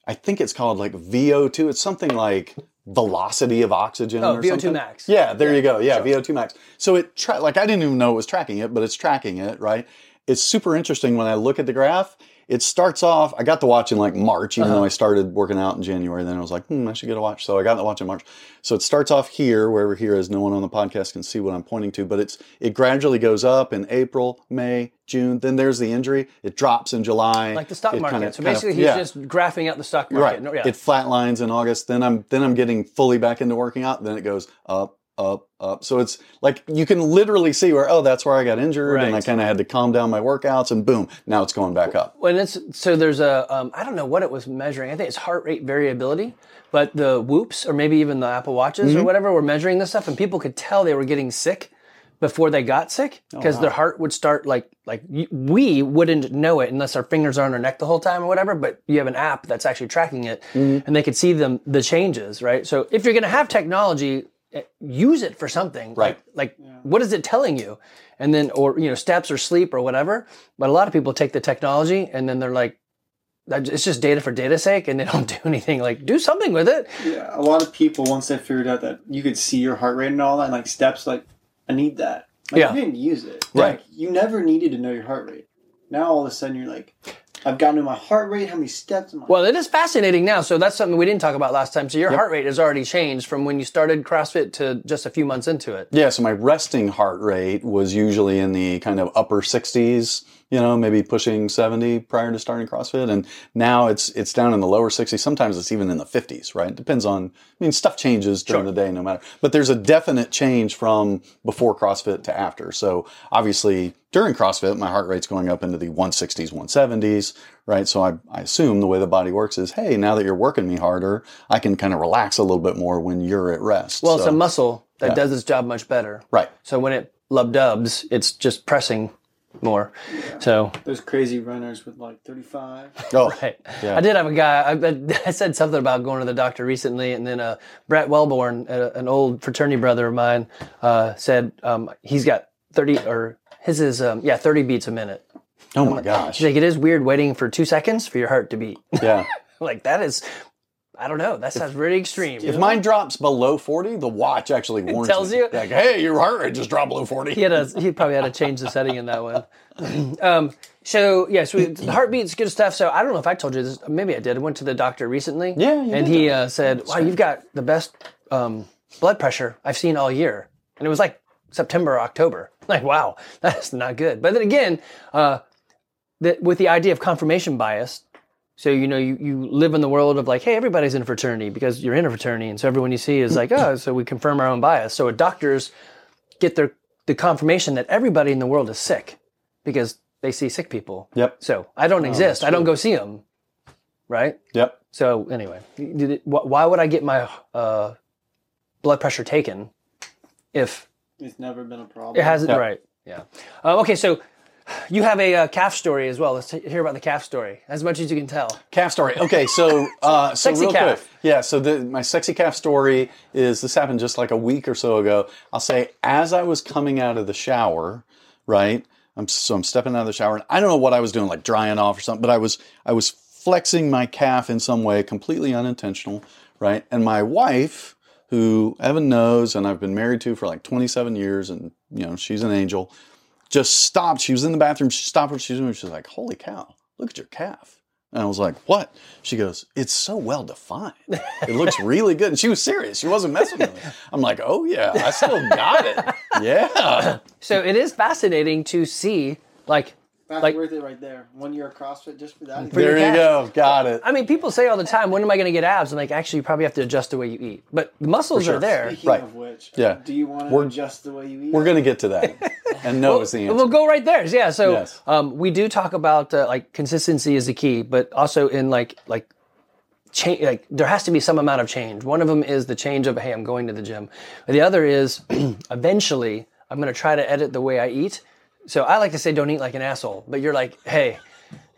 S3: I think it's called like VO2. It's something like velocity of oxygen.
S2: Oh,
S3: or
S2: VO2
S3: something.
S2: max.
S3: Yeah, there you go. Yeah, VO2 max. So it tra- like I didn't even know it was tracking it, but it's tracking it, right? It's super interesting when I look at the graph. It starts off. I got the watch in like March, even
S2: Uh-huh.
S3: though I started working out in January. Then I was like, hmm, I should get a watch. So I got the watch in March. So it starts off here, wherever here is. No one on the podcast can see what I'm pointing to, but it's it gradually goes up in April, May, June. Then there's the injury. It drops in July,
S2: like the stock
S3: It
S2: market.
S3: kinda-
S2: so
S3: kinda-
S2: basically,
S3: yeah.
S2: he's just graphing out the stock
S3: Right.
S2: market. No, yeah.
S3: It flatlines in August. Then I'm then I'm getting fully back into working out. Then it goes up, up, up. So it's like you can literally see where oh that's where I got injured, and I
S2: Right.
S3: kind of had to calm down my workouts, and boom, now it's going back up.
S2: when it's so there's a um, I don't know what it was measuring. I think it's heart rate variability, but the whoops or maybe even the Apple watches
S3: Mm-hmm.
S2: or whatever were measuring this stuff, and people could tell they were getting sick before they got sick because their heart would start like like y- we wouldn't know it unless our fingers are on our neck the whole time or whatever. But you have an app that's actually tracking it, and they could see them the changes, right? So if you're gonna have technology. eh, Use it for something,
S3: Right.
S2: Like, like what is it telling you? and then or you know steps or sleep or whatever but a lot of people take the technology and then they're like "That- it's just data for data's sake and they don't do anything like do something with it
S4: Yeah, a lot of people once they figured out that you could see your heart rate and all that, and like steps, like I need that. Like,
S2: Yeah.
S4: you didn't use it.
S3: Right.
S4: Like, you never needed to know your heart rate. Now all of a sudden you're like, I've gotten to my heart rate. How many steps? Am I?
S2: well it is fascinating now so that's something we didn't talk about last time so your heart rate has already changed from when you started crossfit to just a few months into it
S3: Yeah. So my resting heart rate was usually in the kind of upper sixties. You know, maybe pushing seventy prior to starting CrossFit, and now it's it's down in the lower sixties. Sometimes it's even in the fifties, right? Depends on. I mean, stuff changes during the day, no matter. But there's a definite change from before CrossFit to after. So obviously, during CrossFit, my heart rate's going up into the 160s, 170s, right? So I, I assume the way the body works is, hey, now that you're working me harder, I can kind of relax a little bit more when you're at rest.
S2: well it's
S3: So-
S2: a muscle that does its job much better
S3: right.
S2: so when it lub dubs it's just pressing more so
S4: Those crazy runners with like 35.
S3: Oh,
S2: Right.
S3: Yeah.
S2: I did have a guy. I, I said something about going to the doctor recently, and then uh, Brett Wellborn, uh, an old fraternity brother of mine, uh, said um, he's got thirty or his is um, yeah thirty beats a minute.
S3: oh my gosh.
S2: She's like, it is weird waiting for two seconds for your heart to beat.
S3: Yeah.
S2: like that is, I don't know. That sounds really extreme.
S3: If mine drops below 40, the watch actually warns
S2: tells
S3: me.
S2: you?
S3: Like, hey, your heart rate just dropped below 40.
S2: he had a he probably had to change the setting in that one. um, so yeah, so we, the heartbeat's good stuff. So I don't know if I told you this, maybe I did. I went to the doctor recently.
S3: Yeah, you
S2: and
S3: did
S2: he uh, said, "Wow, you've got the best um, blood pressure I've seen all year," and it was like September or October. Like, wow, that's not good. But then again, uh, that with the idea of confirmation bias. So you know you, you live in the world of like, hey, everybody's in a fraternity because you're in a fraternity, and so everyone you see is like, oh, so we confirm our own bias. So a doctor's get their the confirmation that everybody in the world is sick because they see sick people.
S3: Yep.
S2: So I don't exist. I don't go see them, right?
S3: Yep.
S2: So anyway, did it, wh- why would I get my uh, blood pressure taken if
S4: It's never been a problem.
S2: it hasn't? Right. Yeah. Um, okay. So you have a uh, calf story as well. Let's t- hear about the calf story as much as you can tell.
S3: Calf story. Okay, so uh, so
S2: Sexy
S3: real
S2: calf.
S3: quick, yeah. So the, my sexy calf story is this happened just like a week or so ago. I'll say as I was coming out of the shower, right? I'm so I'm stepping out of the shower, and I don't know what I was doing, like drying off or something, but I was I was flexing my calf in some way, completely unintentional, right? And my wife, who Evan knows, and I've been married to for like 27 years, and you know she's an angel, just stopped. She was in the bathroom. She stopped what she was doing. She's like, "Holy cow! Look at your calf." And I was like, "What?" She goes, "It's so well defined. It looks really good." And she was serious. She wasn't messing with me. I'm like, "Oh yeah, I still got it. Yeah,
S2: So it is fascinating to see like
S4: That's
S2: like-
S4: worth it right there. One year of CrossFit just for that.
S3: there you go. Got it.
S2: I mean, people say all the time, when am I going to get abs? I'm like, actually, you probably have to adjust the way you eat. But the muscles
S3: sure.
S2: are there.
S4: Speaking
S3: Right.
S4: of which,
S3: Yeah.
S4: do you want to
S3: We're-
S4: adjust the way you eat?
S3: We're gonna get to that." And no is the answer.
S2: We'll go right there. Yeah. So
S3: Yes.
S2: um, we do talk about uh, like consistency is the key, but also in like like change. Like there has to be some amount of change. One of them is the change of hey, I'm going to the gym. The other is eventually I'm going to try to edit the way I eat. So I like to say don't eat like an asshole, but you're like hey.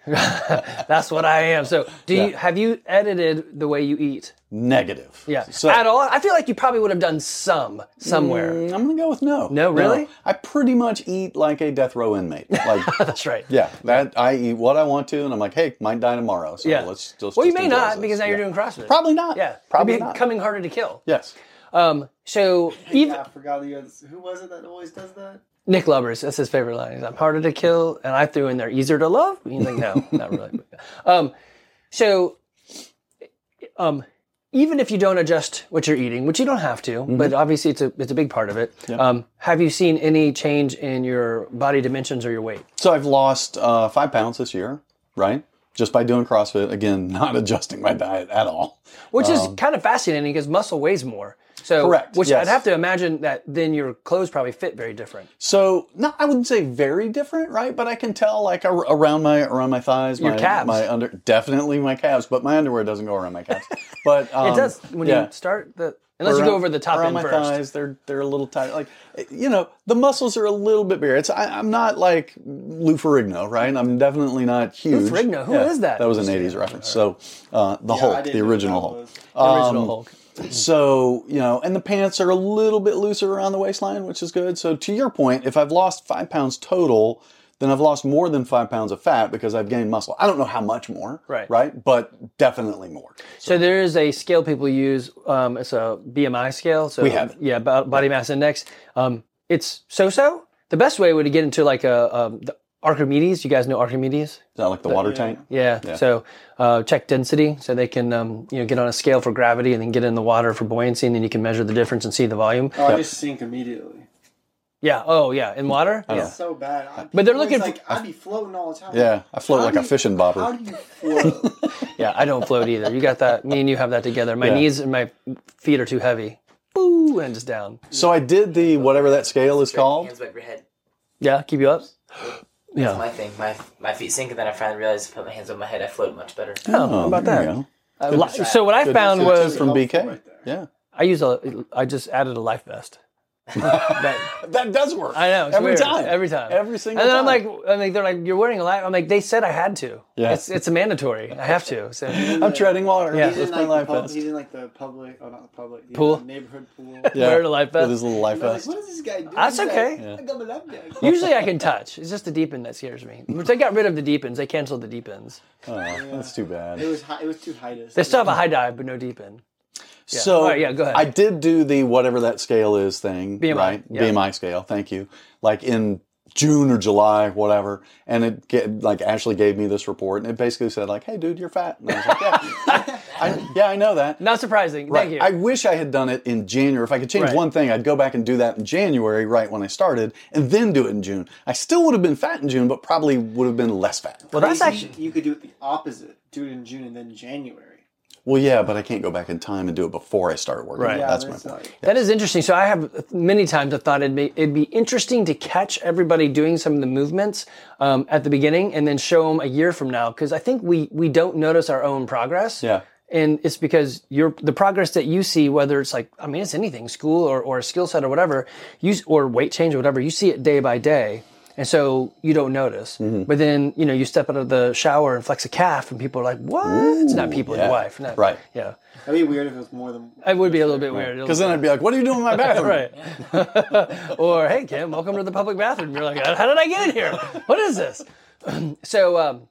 S2: That's what I am. So, do you
S3: Yeah.
S2: have you edited the way you eat?
S3: Negative.
S2: Yeah.
S3: So
S2: At all? I feel like you probably would have done some somewhere.
S3: Mm, I'm gonna go with no.
S2: No, really?
S3: I pretty much eat like a death row inmate. Like,
S2: That's right.
S3: yeah, that I eat what I want to, and I'm like, hey, might die tomorrow. So
S2: Yeah.
S3: let's just.
S2: Well, you
S3: just
S2: may
S3: enjoy
S2: not
S3: this.
S2: because now you're
S3: Yeah.
S2: doing CrossFit.
S3: Probably not.
S2: Yeah.
S3: Probably
S2: It'd be
S3: not.
S2: coming harder to kill.
S3: yes.
S2: Um. So even
S4: Yeah, I forgot the other. Who was it that always does that?
S2: Nick Lubbers, that's his favorite line. He's, I'm harder to kill, and I threw in there easier to love. You think no, not really. Um, so, um, even if you don't adjust what you're eating, which you don't have to,
S3: Mm-hmm.
S2: but obviously it's a it's a big part of it. Um, have you seen any change in your body dimensions or your weight?
S3: So I've lost uh, five pounds this year, right? Just by doing CrossFit again, not adjusting my diet at all.
S2: Which is kind of fascinating because muscle weighs more. So,
S3: Um, Correct,
S2: Which
S3: yes.
S2: I'd have to imagine that then your clothes probably fit very different.
S3: So no, I wouldn't say very different, right? But I can tell like ar- around my around my thighs,
S2: Your
S3: my
S2: calves.
S3: my under definitely my calves, but my underwear doesn't go around my calves. But um,
S2: It does when
S3: yeah.
S2: you start the unless you go
S3: Around-
S2: over the top
S3: around
S2: end
S3: my
S2: first.
S3: thighs. They're they're a little tight. Like you know, the muscles are a little bit bigger. It's I, I'm not like Lou Ferrigno, right? I'm definitely not huge.
S2: Ferrigno? Who
S3: Who is
S2: is that?
S3: That was an '80s reference. So uh, the
S4: I
S3: Hulk,
S4: didn't
S3: the
S4: know
S3: original
S4: that
S3: Hulk.
S4: was-
S2: The original Hulk.
S3: So, you know, and the pants are a little bit looser around the waistline, which is good. So, to your point, if I've lost five pounds total, then I've lost more than five pounds of fat because I've gained muscle. I don't know how much more,
S2: Right.
S3: Right, but definitely more.
S2: So there is a scale people use. Um, it's a BMI scale. So
S3: We have it.
S2: yeah, bo- body mass index. Um, it's so-so. The best way would to get into like a um, the Archimedes. You guys know Archimedes?
S3: Is that like the water tank?
S2: Yeah. So uh, check density, so they can um, you know get on a scale for gravity and then get in the water for buoyancy, and then you can measure the difference and see the volume.
S4: Oh, I just sink immediately.
S2: Yeah. Oh yeah, in water. Yeah.
S4: It's so bad. I,
S2: But they're looking
S4: it's like I'd be floating all the time.
S3: Yeah, I float
S4: How
S3: like
S4: do
S3: a
S4: you-
S3: fishing
S4: How
S3: bobber.
S4: do you float?
S2: Yeah, I don't float either. You got that. Me and you have that together. My
S3: Yeah.
S2: knees and my feet are too heavy. Boo, and just down.
S3: So, I did the whatever that scale is called.
S5: Hands above your head.
S2: Yeah, keep you up. Oh, Yeah.
S5: My thing. My my feet sink, and then I finally realize if I put my hands on my head, I float much better.
S2: Oh, how about
S3: Um, there you
S2: that?
S3: go.
S2: Uh, li- so what I found
S3: Good
S2: was
S3: tip from BK.
S4: Right there.
S3: yeah,
S2: I use a I just added a life vest. That-
S3: that does work.
S2: I know it's
S3: every
S2: weird.
S3: time,
S2: every time,
S3: every single.
S2: And then
S3: time.
S2: I'm like, I'm like, they're like, you're wearing a life. I'm like, they said I had to.
S3: Yeah.
S2: it's it's a mandatory. I have to. So
S3: I'm treading water.
S2: Yeah.
S3: Yeah,
S4: He's in,
S3: that's
S4: like
S3: my life
S4: the pub-
S3: vest.
S4: he's in like the public, oh not the public, the, uh,
S2: Pool?
S4: neighborhood pool.
S3: Yeah,
S2: wearing a life vest.
S3: with his little life
S4: I was
S3: vest.
S4: like, what is this guy doing?
S2: That's
S4: He's like,
S2: okay.
S4: I got my lap dance.
S2: Usually I can touch. It's just the deep end that scares me. Which they got rid of the deep ends. They canceled the deep ends.
S3: Oh, that's too bad.
S4: It was high, it was too high to.
S2: They still have a high dive, but no deep end.
S3: So
S2: All right, yeah, go ahead.
S3: I did do the whatever that scale is thing,
S2: BMI,
S3: right?
S2: yeah.
S3: BMI scale. Thank you. Like in June or July, whatever, and it get, like Ashley gave me this report, and it basically said like, "Hey, dude, you're fat." And I was like, "Yeah, I, yeah, I know that."
S2: Not surprising. Thank you.
S3: I wish I had done it in January. If I could change
S2: Right.
S3: one thing, I'd go back and do that in January, right when I started, and then do it in June. I still would have been fat in June, but probably would have been less fat.
S2: well, that's actually
S4: you could do it the opposite. Do it in June and then January.
S3: Well, yeah, but I can't go back in time and do it before I start working.
S2: Right.
S3: Right.
S2: Yeah,
S3: that's my point.
S4: like,
S2: That is interesting. So I have many times I've thought it'd be, it'd be interesting to catch everybody doing some of the movements um, at the beginning and then show them a year from now because I think we we don't notice our own progress.
S3: Yeah.
S2: And it's because your the progress that you see, whether it's like I mean it's anything, school or, or a skill set or whatever, you s- or weight change or whatever, you see it day by day. And so you don't notice.
S3: Mm-hmm.
S2: But then, you know, you step out of the shower and flex a calf and people are like, What? it's not people,
S3: yeah.
S2: your wife. Not,
S3: Right.
S2: Yeah.
S4: that'd be weird if it was more than.
S2: It would be a little bit weird.
S3: Because then I'd be like, "What are you doing in my bathroom?"
S2: Right. or, hey, Kim, welcome to the public bathroom. You're like, how did I get in here? What is this? so, um,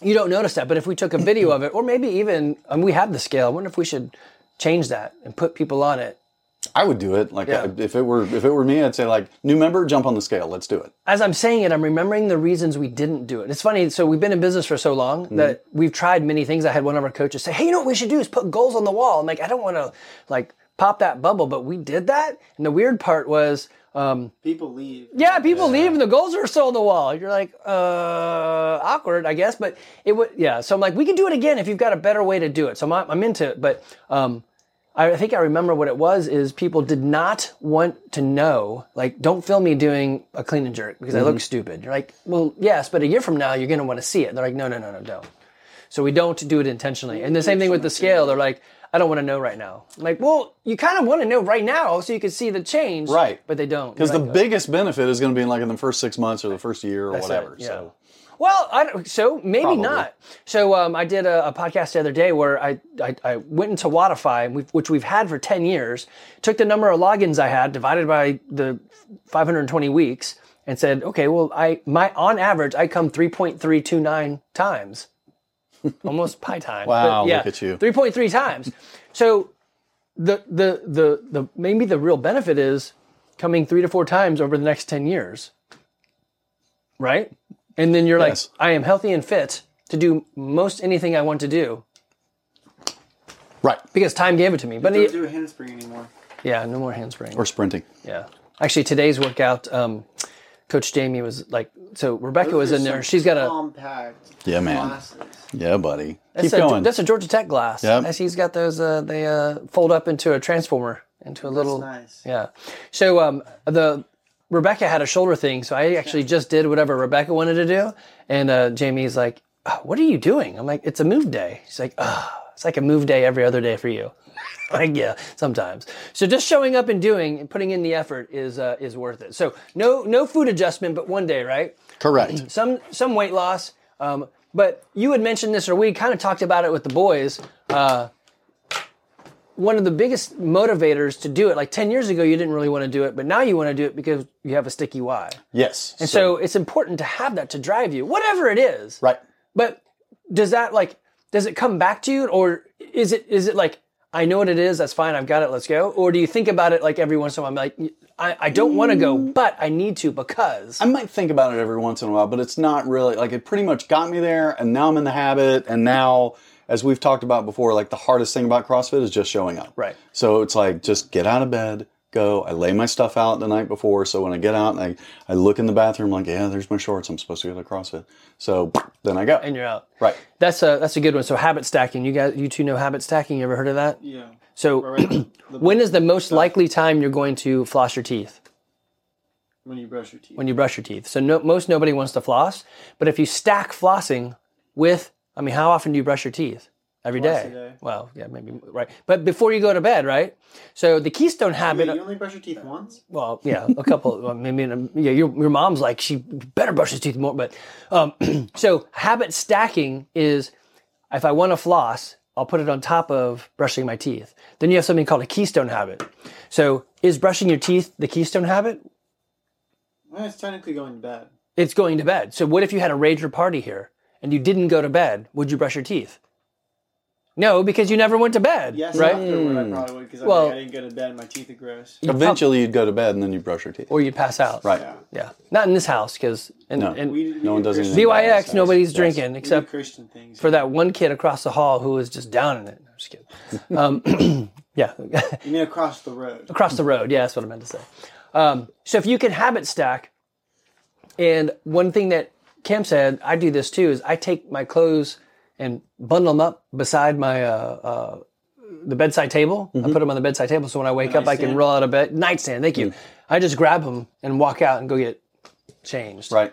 S2: you don't notice that, but if we took a video of it, or maybe even, um, we have the scale, I wonder if we should change that and put people on it.
S3: I would do it. Like
S2: Yeah.
S3: I- if it were if it were me, I'd say like new member, jump on the scale. Let's do it.
S2: As I'm saying it, I'm remembering the reasons we didn't do it. It's funny, so we've been in business for so long that we've tried many things. I had one of our coaches say, hey, you know what we should do is put goals on the wall. I'm like, I don't want to, like, pop that bubble, but we did that. And the weird part was, um,
S4: People leave.
S2: Yeah, people leave and the goals are still on the wall. You're like, uh, awkward, I guess. But it would, yeah. So I'm like, we can do it again if you've got a better way to do it. So I'm, I'm into it. But um, I think I remember what it was is people did not want to know, like, don't film me doing a clean and jerk because I
S3: Mm-hmm.
S2: look stupid. You're like, well, yes, but a year from now, you're going to want to see it. They're like, no, no, no, no, don't. So we don't do it intentionally. And the same thing with the scale. They're like, I don't want to know right now. I'm like, well, you kind of want to know right now so you can see the change.
S3: Right.
S2: But they don't.
S3: Because
S2: You're
S3: the
S2: like,
S3: biggest benefit is going to be in like in the first six months or the first year or
S2: That's
S3: whatever.
S2: it, yeah.
S3: So
S2: Well, I don't, so maybe
S3: Probably.
S2: not. So um, I did a, a podcast the other day where I I, I went into Wattify, we've- which we've had for ten years, took the number of logins I had divided by the 520 weeks, and said, okay, well, I my on average I come 3.329 times, almost pie time. but
S3: Wow, look at you.
S2: 3.3 times. So the the the the maybe the real benefit is coming three to four times over the next 10 years right and then you're
S3: Yes.
S2: like i am healthy and fit to do most anything i want to do
S3: Right.
S2: because time gave it to me but
S4: Don't
S2: it-
S4: do a handspring anymore.
S2: yeah no more handspring
S3: Or sprinting.
S2: yeah actually today's workout um coach jamie was like so rebecca was in there she's got a
S4: compact.
S3: Yeah, man.
S4: Glasses.
S3: Yeah, buddy. Keep
S2: that's, a
S3: going.
S2: that's a georgia tech glass
S3: Yep.
S2: Yes, he's got those uh they uh fold up into a transformer into a little
S4: Nice.
S2: Yeah. So um, the Rebecca had a shoulder thing, so I actually just did whatever Rebecca wanted to do, and uh, Jamie's like, "Uh, "What are you doing?" I'm like, "It's a move day." She's like, "Ugh, it's like a move day every other day for you." like, yeah, sometimes. So just showing up and doing and putting in the effort is uh, is worth it. So no no food adjustment, but one day, right?
S3: Correct.
S2: Some some weight loss. Um, but you had mentioned this, or we kind of talked about it with the boys. Uh, one of the biggest motivators to do it, like ten years ago, you didn't really want to do it, but now you want to do it because you have a sticky why.
S3: Yes.
S2: And so it's important to have that to drive you, whatever it is.
S3: right.
S2: But does that like does it come back to you, or is it is it like I know what it is, that's fine, I've got it, let's go, or do you think about it like every once in a while? I'm like, I, I don't want to go, but I need to because
S3: I might think about it every once in a while, but it's not really like it pretty much got me there and now I'm in the habit and now as we've talked about before, like the hardest thing about CrossFit is just showing up.
S2: Right.
S3: So it's like just get out of bed, go. I lay my stuff out the night before, so when I get out and I, I look in the bathroom like, yeah, there's my shorts. I'm supposed to go to CrossFit. So then I go.
S2: and you're out.
S3: right.
S2: That's a that's a good one. So habit stacking. You guys, you two know habit stacking. You ever heard of that?
S4: Yeah.
S2: So
S4: Right.
S2: when is the most likely time you're going to floss your teeth?
S4: when you brush your teeth.
S2: When you brush your teeth. So no, most nobody wants to floss, but if you stack flossing with, I mean, how often do you brush your teeth? Every day.
S4: a day.
S2: Well, yeah, maybe right. But before you go to bed, right? So the Keystone habit.
S4: Wait, you only brush your teeth once?
S2: well, yeah, a couple. well, maybe in a- yeah, your your mom's like she better brush his teeth more. But um, so habit stacking is if I want to floss, I'll put it on top of brushing my teeth. Then you have something called a keystone habit. So is brushing your teeth the keystone habit?
S4: Well, it's technically going to bed.
S2: It's going to bed. So what if you had a rager party here and you didn't go to bed? Would you brush your teeth? No, because you never went to bed.
S4: Yes,
S2: right.
S4: afterward I probably would because
S2: Well-
S4: I, didn't go to bed and my teeth are gross.
S3: Eventually you'd go to bed and then you brush your teeth.
S2: Or you'd pass out.
S3: Right.
S4: Yeah.
S2: Yeah. Not in this house because and,
S3: No.
S2: and
S4: We, we
S3: No one
S4: do
S3: does
S4: Christian,
S3: anything.
S2: BYX, nobody's
S3: Yes.
S2: drinking
S4: we do
S2: except
S4: Christian things.
S2: for that one kid across the hall who was just down in it. I'm just kidding. Um, yeah,
S4: you mean across the road?
S2: across the road. Yeah, that's what I meant to say. Um, so if you can habit stack, and one thing that Kim said, I do this too, is I take my clothes and bundle them up beside my uh, uh, the bedside table. I put them on the bedside table, so when I wake up, I can
S4: nightstand?
S2: roll out of bed. Nightstand, thank you. I just grab them and walk out and go get changed.
S3: Right.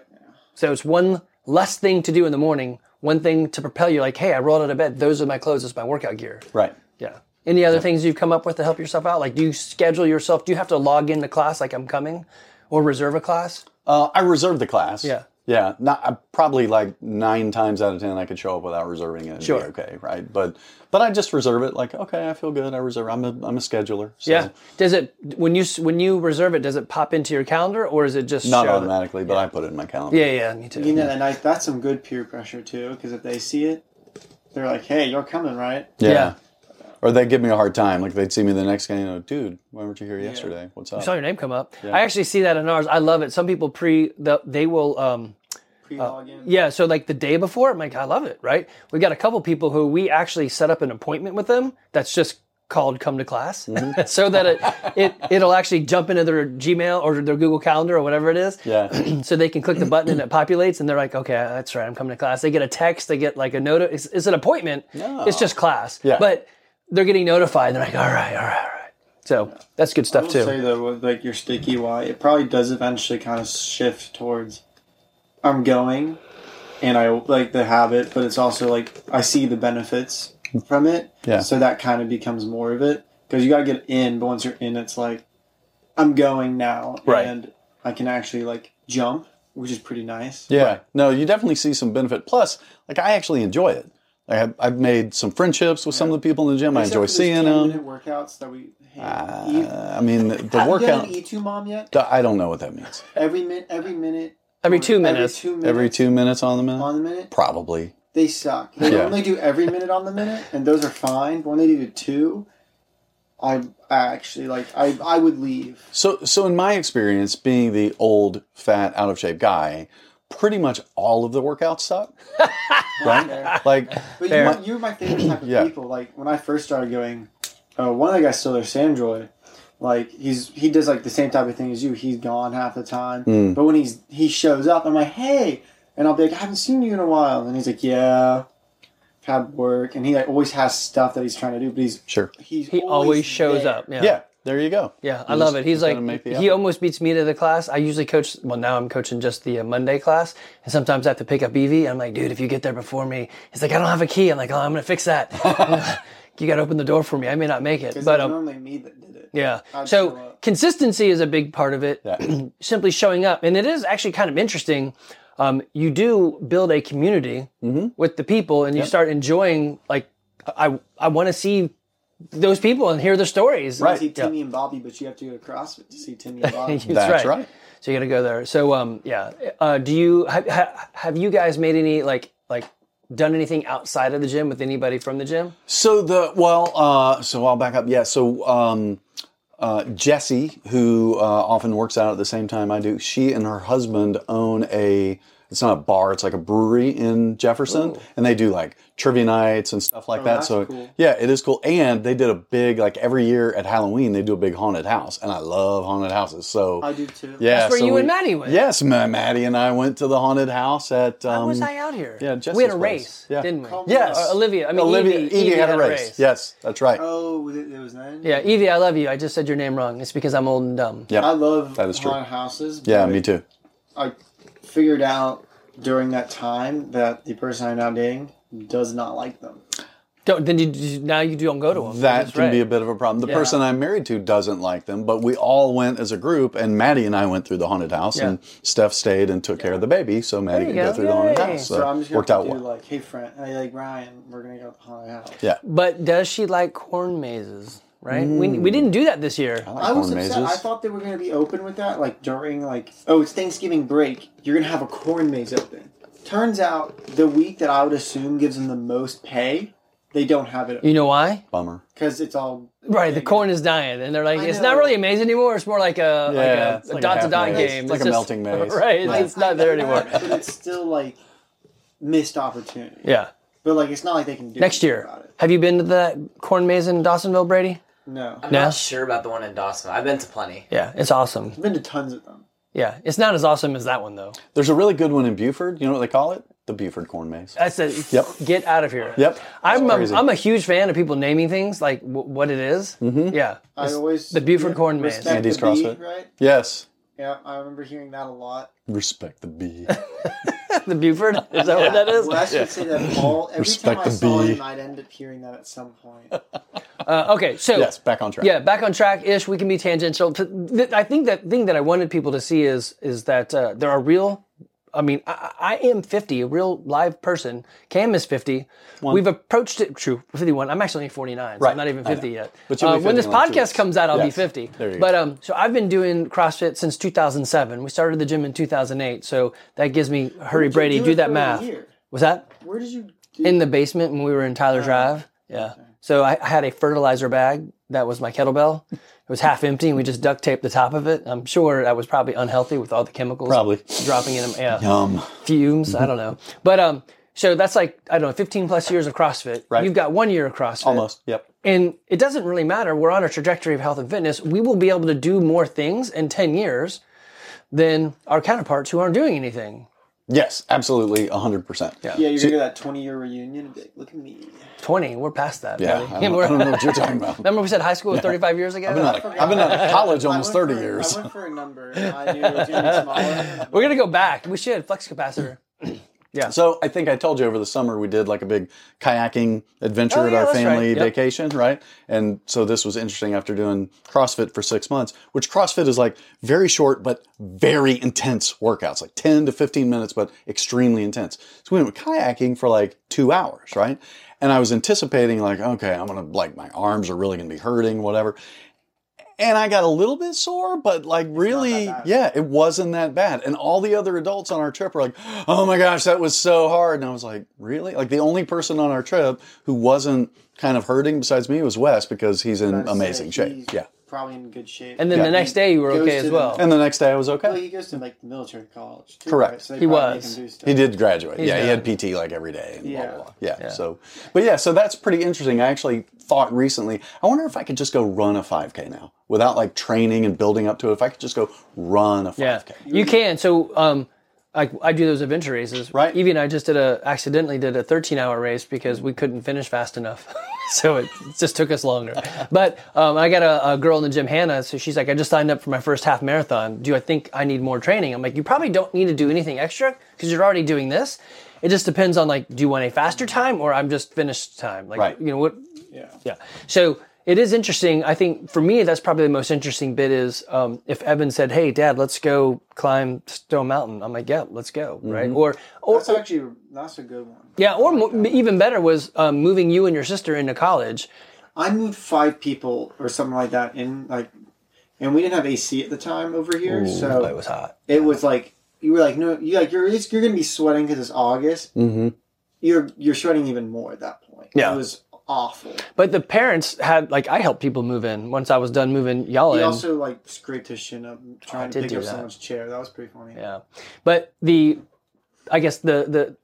S2: So it's one less thing to do in the morning, one thing to propel you. Like, hey, I rolled out of bed. Those are my clothes. It's my workout gear.
S3: Right.
S2: Yeah. Any other things you've come up with to help yourself out? Like, do you schedule yourself? Do you have to log into class like I'm coming, or reserve a class?
S3: Uh, I reserved the class.
S2: Yeah.
S3: Yeah. Not I, probably like nine times out of ten, I could show up without reserving it. and
S2: Sure.
S3: Be okay. Right. But but I just reserve it. Like okay, I feel good. I reserve. I'm a I'm a scheduler. So
S2: Yeah. Does it when you when you reserve it? Does it pop into your calendar, or is it just
S3: Not
S2: show that-
S3: automatically, but I put it in my calendar.
S2: Yeah, yeah, me too.
S4: You know, and I, that's some good peer pressure too because if they see it, they're like, "Hey, you're coming, right?"
S3: Yeah.
S2: Yeah.
S3: Or they give me a hard time. Like they'd see me the next day. You know, dude, why weren't you here yesterday? What's up?
S2: I saw your name come up. I actually see that in ours. I love it. Some people pre the, they will um,
S4: Pre-login.
S2: Yeah, so like the day before, I'm like, I love it, right? We got a couple people who we actually set up an appointment with them that's just called come to class
S4: Mm-hmm.
S2: so that it, it it'll actually jump into their Gmail or their Google Calendar or whatever it is.
S3: Yeah.
S4: Mm-hmm.
S2: so they can click the button and it populates and they're like, okay, that's right, I'm coming to class. They get a text, they get like a note. It's, it's an appointment. It's just class.
S3: Yeah.
S2: But they're getting notified. They're like, all right, all right, all right. So that's good
S4: I
S2: stuff
S4: will
S2: too.
S4: say though, with like your sticky Y, it probably does eventually kind of shift towards I'm going, and I like the habit, but it's also like I see the benefits from it.
S3: Yeah.
S4: So that kind of becomes more of it because you gotta get in, but once you're in, it's like I'm going now,
S2: Right.
S4: and I can actually like jump which is pretty nice.
S3: Yeah. No, you definitely see some benefit. Plus, like I actually enjoy it. Like I've, I've made some friendships with some of the people in the gym. I
S4: Except
S3: enjoy
S4: for those
S3: seeing
S4: 10
S3: them.
S4: minute workouts that we hate.
S3: Uh, I mean, the, the
S4: Have you
S3: workout.
S4: done an E2 mom yet?
S3: the- I don't know what that means.
S4: Every minute, every minute,
S2: Every two minutes.
S4: every two minutes,
S3: Every two minutes on the minute?
S4: on the minute,
S3: Probably.
S4: they suck. They
S3: Yeah.
S4: only do every minute on the minute, and those are fine. But when they do the two, I I actually like I I would leave.
S3: So, so in my experience, being the old, fat, out of shape guy, pretty much all of the workouts suck. right? Like,
S4: But
S2: Fair.
S4: you're my, you're my favorite type of
S3: Yeah.
S4: people. Like when I first started going, uh, one of the guys still there, Sam Joy. Like he's he does like the same type of thing as you. He's gone half the time,
S3: Mm.
S4: but when he's he shows up, I'm like, hey, and I'll be like, I haven't seen you in a while, and he's like, yeah, I've had work, and he like always has stuff that he's trying to do, but he's
S3: sure.
S4: he's
S2: He always shows
S4: there.
S2: up. Yeah.
S3: Yeah, there you go.
S2: Yeah, I
S3: You
S2: love
S3: just
S2: it. He's
S3: gotta
S2: like
S3: make the
S2: he
S3: effort.
S2: almost beats me to the class. I usually coach. Well, now I'm coaching just the uh, Monday class, and sometimes I have to pick up Evie. I'm like, dude, if you get there before me, he's like, I don't have a key. I'm like, oh, I'm gonna fix that. you got to open the door for me. I may not make it,
S4: 'Cause
S2: but
S4: it's
S2: um,
S4: normally me that did it.
S2: yeah.
S4: I'd show
S2: So
S4: up.
S2: consistency is a big part of it. Simply showing up, and it is actually kind of interesting. Um, you do build a community with the people, and you start enjoying. Like, I I want to see those people and hear their stories.
S4: I see
S2: Yeah.
S4: Timmy and Bobby, but you have to go to CrossFit to see Timmy and Bobby.
S3: That's
S2: right.
S3: right.
S2: So you got to go there. So um, yeah. Uh, do you ha- ha- have you guys made any like like done anything outside of the gym with anybody from the gym?
S3: So the well, uh, so I'll back up. Yeah, so um, uh, Jesse, who uh, often works out at the same time I do, she and her husband own a. It's not a bar; it's like a brewery in Jefferson, and they do like trivia nights and stuff like that.
S4: Oh, that's
S3: so
S4: cool.
S3: yeah, it is cool. And they did a big like every year at Halloween they do a big haunted house, and I love haunted houses. So
S4: I do too.
S3: yeah,
S2: That's where
S3: so
S2: you
S3: we-
S2: and Maddie went.
S3: Yes, Ma- Maddie and I went to the haunted house at. Um,
S2: How was I out here?
S3: yeah,
S2: we had
S3: Jesse's
S2: a
S3: place.
S2: race,
S3: Yeah.
S2: didn't we?
S4: Come
S3: Yes.
S2: Or Olivia. I mean,
S3: Olivia,
S2: Evie, Evie
S3: had, a race. Yes, that's right.
S4: Oh, was it, it was then.
S2: Yeah, Evie, I love you. I just said your name wrong. It's because I'm old and dumb.
S3: yeah,
S4: I love
S3: That is true.
S4: haunted houses.
S3: yeah,
S4: but
S3: me too.
S4: I figured out during that time that the person I'm now dating does not like them.
S2: Don't then you, you now you don't go to them.
S3: That can be a bit of a problem. The person I'm married to doesn't like them, but we all went as a group, and Maddie and I went through the haunted house,
S2: Yeah.
S3: and Steph stayed and took care of the baby, so Maddie
S2: There
S3: could
S2: you
S3: go.
S2: go.
S3: through the haunted
S2: Yay.
S3: house. So,
S4: So I'm just gonna
S3: worked out
S4: do
S3: well.
S4: like, hey, friend, hey, like Ryan, we're gonna go to the haunted house.
S3: yeah,
S2: But does she like corn mazes? Right? We,
S3: Mm.
S2: we didn't do that this year.
S4: I was
S3: Corn
S4: upset. I
S3: mazes.
S4: thought they were gonna be open with that, like during like, oh, it's Thanksgiving break. You're gonna have a corn maze open. Turns out the week that I would assume gives them the most pay, they don't have it
S2: You know why?
S3: Bummer.
S4: because it's all
S2: Right, the corn is dying, and they're like,
S4: I
S2: it's not
S4: know.
S2: really a maze anymore. It's more like a, like
S3: Yeah,
S2: a-
S3: it's
S2: a,
S3: like a
S2: dot to dot
S3: half
S2: game.
S3: maze. It's like a melting maze.
S2: Right, it's,
S3: Yeah.
S2: it's not there anymore.
S4: But it's still like missed opportunity.
S2: Yeah.
S4: But like, it's not like they can do
S2: Next
S4: anything
S2: year,
S4: About it.
S2: have you been to that corn maze in Dawsonville, Brady?
S4: No,
S5: I'm
S2: No?
S5: not sure about the one in Dawson. I've been to plenty.
S2: Yeah, it's awesome.
S4: I've been to tons of them.
S2: Yeah, it's not as awesome as that one though.
S3: There's a really good one in Buford. You know what they call it? The Buford corn maze.
S2: I said,
S3: Yep.
S2: get out of here.
S3: Yep.
S2: I'm
S3: crazy.
S2: a, I'm a huge fan of people naming things like w- what it Mm-hmm. Yeah.
S4: I
S2: It's-
S4: always
S2: the Buford corn maze.
S4: respect
S3: Andy's
S4: the bee,
S3: CrossFit.
S4: right?
S3: Yes.
S4: Yeah, I remember hearing that a lot.
S3: Respect the bee.
S2: the Buford. Is that what that is?
S4: Wes would say that all every
S3: Respect
S4: time I
S3: the
S4: saw
S3: bee.
S4: him, I'd end up hearing that at some point.
S2: Uh, okay, so
S3: yes. Back on track.
S2: Yeah, back on track ish. We can be tangential. Th- th- I think that thing that I wanted people to see is is that uh, there are real. I mean, I, I am fifty, a real live person. Cam is fifty. We've approached it. True, fifty-one. I'm actually forty-nine. So
S3: Right,
S2: I'm not even
S3: I know.
S2: fifty yet.
S3: But you'll be
S2: Uh, when
S3: 50
S2: this
S3: in like two
S2: podcast
S3: weeks.
S2: comes out, I'll be
S3: Yes.
S2: fifty.
S3: There you go.
S2: but um, so I've been doing CrossFit since 2007. We started the gym in 2008. So that gives me hurry,
S4: Did you
S2: Brady,
S4: it
S2: do that
S4: for a
S2: math.
S4: year?
S2: Was that?
S4: Where did you? Do
S2: in the basement when we were in Tyler Drive. Yeah. So I, I had a fertilizer bag that was my kettlebell. It was half empty, and we just duct taped the top of it. I'm sure that was probably unhealthy with all the chemicals
S3: Probably.
S2: dropping in them. Yeah,
S3: Um.
S2: fumes. I don't know, but um, so that's like I don't know, 15 plus years of CrossFit.
S3: Right.
S2: You've got one year of CrossFit,
S3: Almost. Yep.
S2: and it doesn't really matter. We're on a trajectory of health and fitness. We will be able to do more things in 10 years than our counterparts who aren't doing anything.
S3: Yes. Absolutely. hundred percent. Yeah.
S4: yeah, you're gonna do that 20 year reunion and be like, look at me.
S2: 20, we're past that.
S3: Yeah.
S2: buddy.
S3: I don't, I don't know what you're talking about.
S2: Remember we said high school was 35 years ago?
S3: I've been out of, I've been out of college almost
S4: I went
S3: thirty
S4: for-
S3: years.
S4: I went for a number. and I knew it was gonna be smaller.
S2: We're gonna go back. We should flex capacitor. Yeah.
S3: So I think I told you over the summer we did like a big kayaking adventure
S2: Oh,
S3: at
S2: yeah,
S3: our
S2: that's right.
S3: family
S2: Yep.
S3: vacation, right? And so this was interesting after doing CrossFit for six months, which CrossFit is like very short but very intense workouts, like 10 to 15 minutes, but extremely intense. So we went kayaking for like two hours, right? And I was anticipating like, okay, I'm gonna like my arms are really gonna be hurting, whatever and I got a little bit sore, but like really,
S4: bad.
S3: yeah, it wasn't that bad. And all the other adults on our trip were like, "Oh my gosh, that was so hard." And I was like, "Really?" Like the only person on our trip who wasn't kind of hurting besides me was Wes because he's in
S4: I'd
S3: amazing
S4: say he's
S3: shape. Yeah.
S4: Probably in good shape.
S2: And then
S3: Yeah.
S2: the next day you were
S4: Goes
S2: okay
S4: to
S2: as
S4: the-
S2: well.
S3: And the next day I was
S4: Well,
S3: okay.
S4: Oh, he goes to like the military college. Too,
S3: Correct.
S4: right? So they
S2: He
S4: probably make
S2: was.
S4: him do stuff.
S3: He did graduate. yeah,
S2: done.
S3: he had PT like every day and blah
S4: Yeah.
S3: blah blah. Yeah, So, but yeah, so that's pretty interesting. I actually thought recently, I wonder if I could just go run a 5K now without like training and building up to it. If I could just go run a 5K.
S2: Yeah, you can. So, um, like I do those adventure races.
S3: Right.
S2: Evie and I just did a accidentally did a 13 hour race because we couldn't finish fast enough, so it just took us longer. But um, I got a, a girl in the gym, Hannah. So she's like, I just signed up for my first half marathon. Do I think I need more training? I'm like, you probably don't need to do anything extra because you're already doing this. It just depends on like, do you want a faster time or I'm just finished time? Like,
S3: Right.
S2: you know what?
S4: Yeah.
S2: Yeah. So it is interesting. I think for me, that's probably the most interesting bit is um, if Evan said, "Hey, Dad, let's go climb Stone Mountain." I'm like, "Yeah, let's go."
S4: Mm-hmm.
S2: Right? Or, or
S4: That's actually that's a good one.
S2: yeah, or mo- even better was um, moving you and your sister into college.
S4: I moved five people or something like that in like, and we didn't have AC at the time over here, so
S2: It was hot.
S4: it was like you were like no, you like you're it's, you're gonna be sweating because it's August. Mm-hmm. You're you're sweating even more at that point.
S2: Yeah.
S4: it was awful.
S2: But the parents had like I helped people move in once I was done moving y'all
S4: He
S2: in.
S4: also like scraped his shin up trying to
S2: did
S4: pick
S2: do
S4: up
S2: that.
S4: someone's chair. That was pretty funny.
S2: Yeah, but the, I guess the the,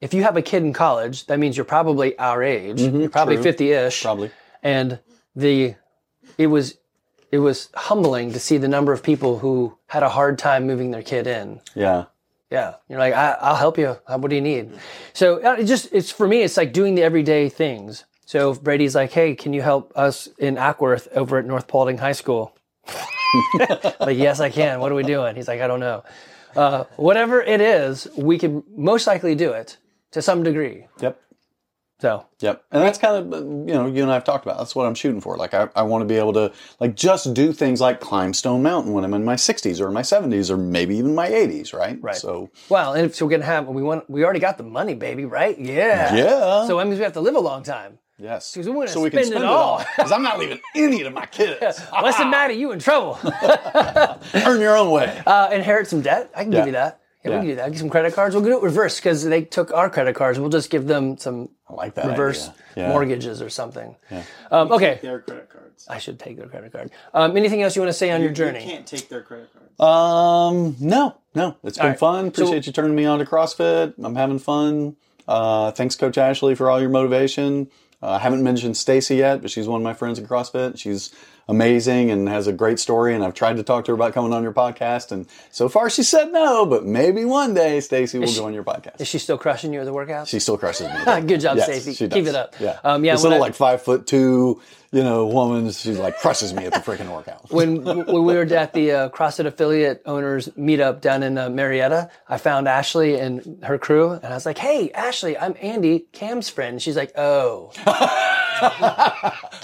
S2: if you have a kid in college, that means you're probably our age.
S4: Mm-hmm.
S2: you're probably
S3: true.
S2: fifty-ish.
S3: Probably.
S2: and the it was it was humbling to see the number of people who had a hard time moving their kid in
S3: Yeah.
S2: yeah you're like I, i'll help you Uh, what do you need so uh, it just it's for me it's like doing the everyday things so if brady's like hey can you help us in ackworth over at north paulding high school like yes i can what are we doing he's like i don't know uh, whatever it is we can most likely do it to some degree
S3: Yep.
S2: so
S3: Yep. And that's kind of, uh, you know, you and I have talked about. That's what I'm shooting for. Like, I, I want to be able to, like, just do things like climb Stone Mountain when I'm in my 60s or my 70s or maybe even my 80s, right? Right. So,
S2: Well, and if so we're gonna have we want we already got the money, baby, right? Yeah.
S3: yeah.
S2: So that means we have to live a long time.
S3: yes.
S2: we wanna
S3: so we can
S2: spend it
S3: spend it
S2: all.
S3: all. Because I'm not leaving any to my kids.
S2: Less than ninety, you in trouble.
S3: Earn your own way.
S2: Uh, inherit some debt. I can
S3: Yeah.
S2: give you that. Yeah, we
S3: Yeah.
S2: can do that. Get some credit cards. We'll do it reverse because they took our credit cards. We'll just give them some
S3: I like that.
S2: reverse
S3: idea. Oh, Yeah.
S2: mortgages or something. Um, okay.
S4: Their credit cards.
S2: I should take their credit card. Um, anything else you want to say on your journey?
S4: You can't take their credit cards.
S3: Um, no, no. It's been
S2: right.
S3: fun. Appreciate you turning me on to CrossFit. I'm having fun. Uh, thanks, Coach Ashley, for all your motivation. Uh, I haven't mentioned Stacy yet, but she's one of my friends in CrossFit. She's amazing and has a great story. And I've tried to talk to her about coming on your podcast, and so far she said no. But maybe one day Stacy will go on your podcast.
S2: Is she still crushing you at the workouts?
S3: She still crushes me.
S2: Good job,
S3: Yes,
S2: Stacey.
S3: she does.
S2: Keep it up.
S3: Yeah,
S2: Um, yeah.
S3: This
S2: when
S3: little
S2: I-
S3: like five foot two, you know, woman. She's like crushes me at the freaking workout.
S2: when when we were at the uh, CrossFit affiliate owners meetup down in uh, Marietta, I found Ashley and her crew, and I was like, "Hey, Ashley, I'm Andy, Cam's friend." She's like, "Oh,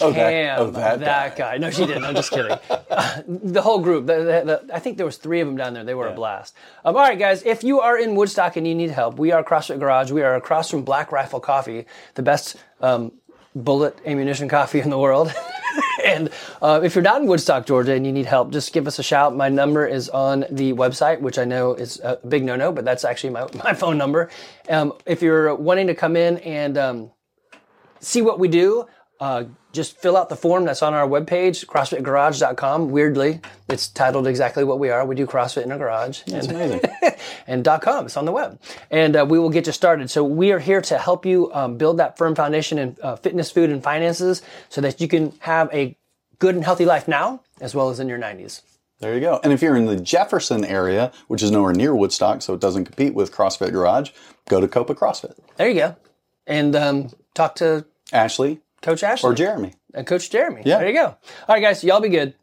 S3: Oh, that-
S2: Cam,
S3: oh,
S2: that,
S3: that guy.
S2: guy. No, she didn't. I'm just kidding. the whole group. the- the- the- I think there was three of them down there. They were a blast. Um, all right, guys. If you are in Woodstock and you need help, we are CrossFit Garage. We are across from Black Rifle Coffee, the best um, bullet ammunition coffee in the world. and uh, if you're not in Woodstock, Georgia, and you need help, just give us a shout. My number is on the website, which I know is a big no-no, but that's actually my, my phone number. Um, if you're wanting to come in and um, see what we do, uh, just fill out the form that's on our webpage, crossfitgarage.com. Weirdly, it's titled exactly what we are. We do CrossFit in a garage.
S3: It's
S2: And,
S3: amazing.
S2: and .com, it's on the web. And uh, we will get you started. So we are here to help you um, build that firm foundation in uh, fitness, food, and finances so that you can have a good and healthy life now as well as in your 90s.
S3: There you go. And if you're in the Jefferson area, which is nowhere near Woodstock, so it doesn't compete with CrossFit Garage, go to Copa CrossFit.
S2: There you go. And um, talk to
S3: Ashley
S2: Coach Ashley.
S3: or Jeremy.
S2: and Coach Jeremy.
S3: Yeah.
S2: There you go. All right, guys. Y'all be good.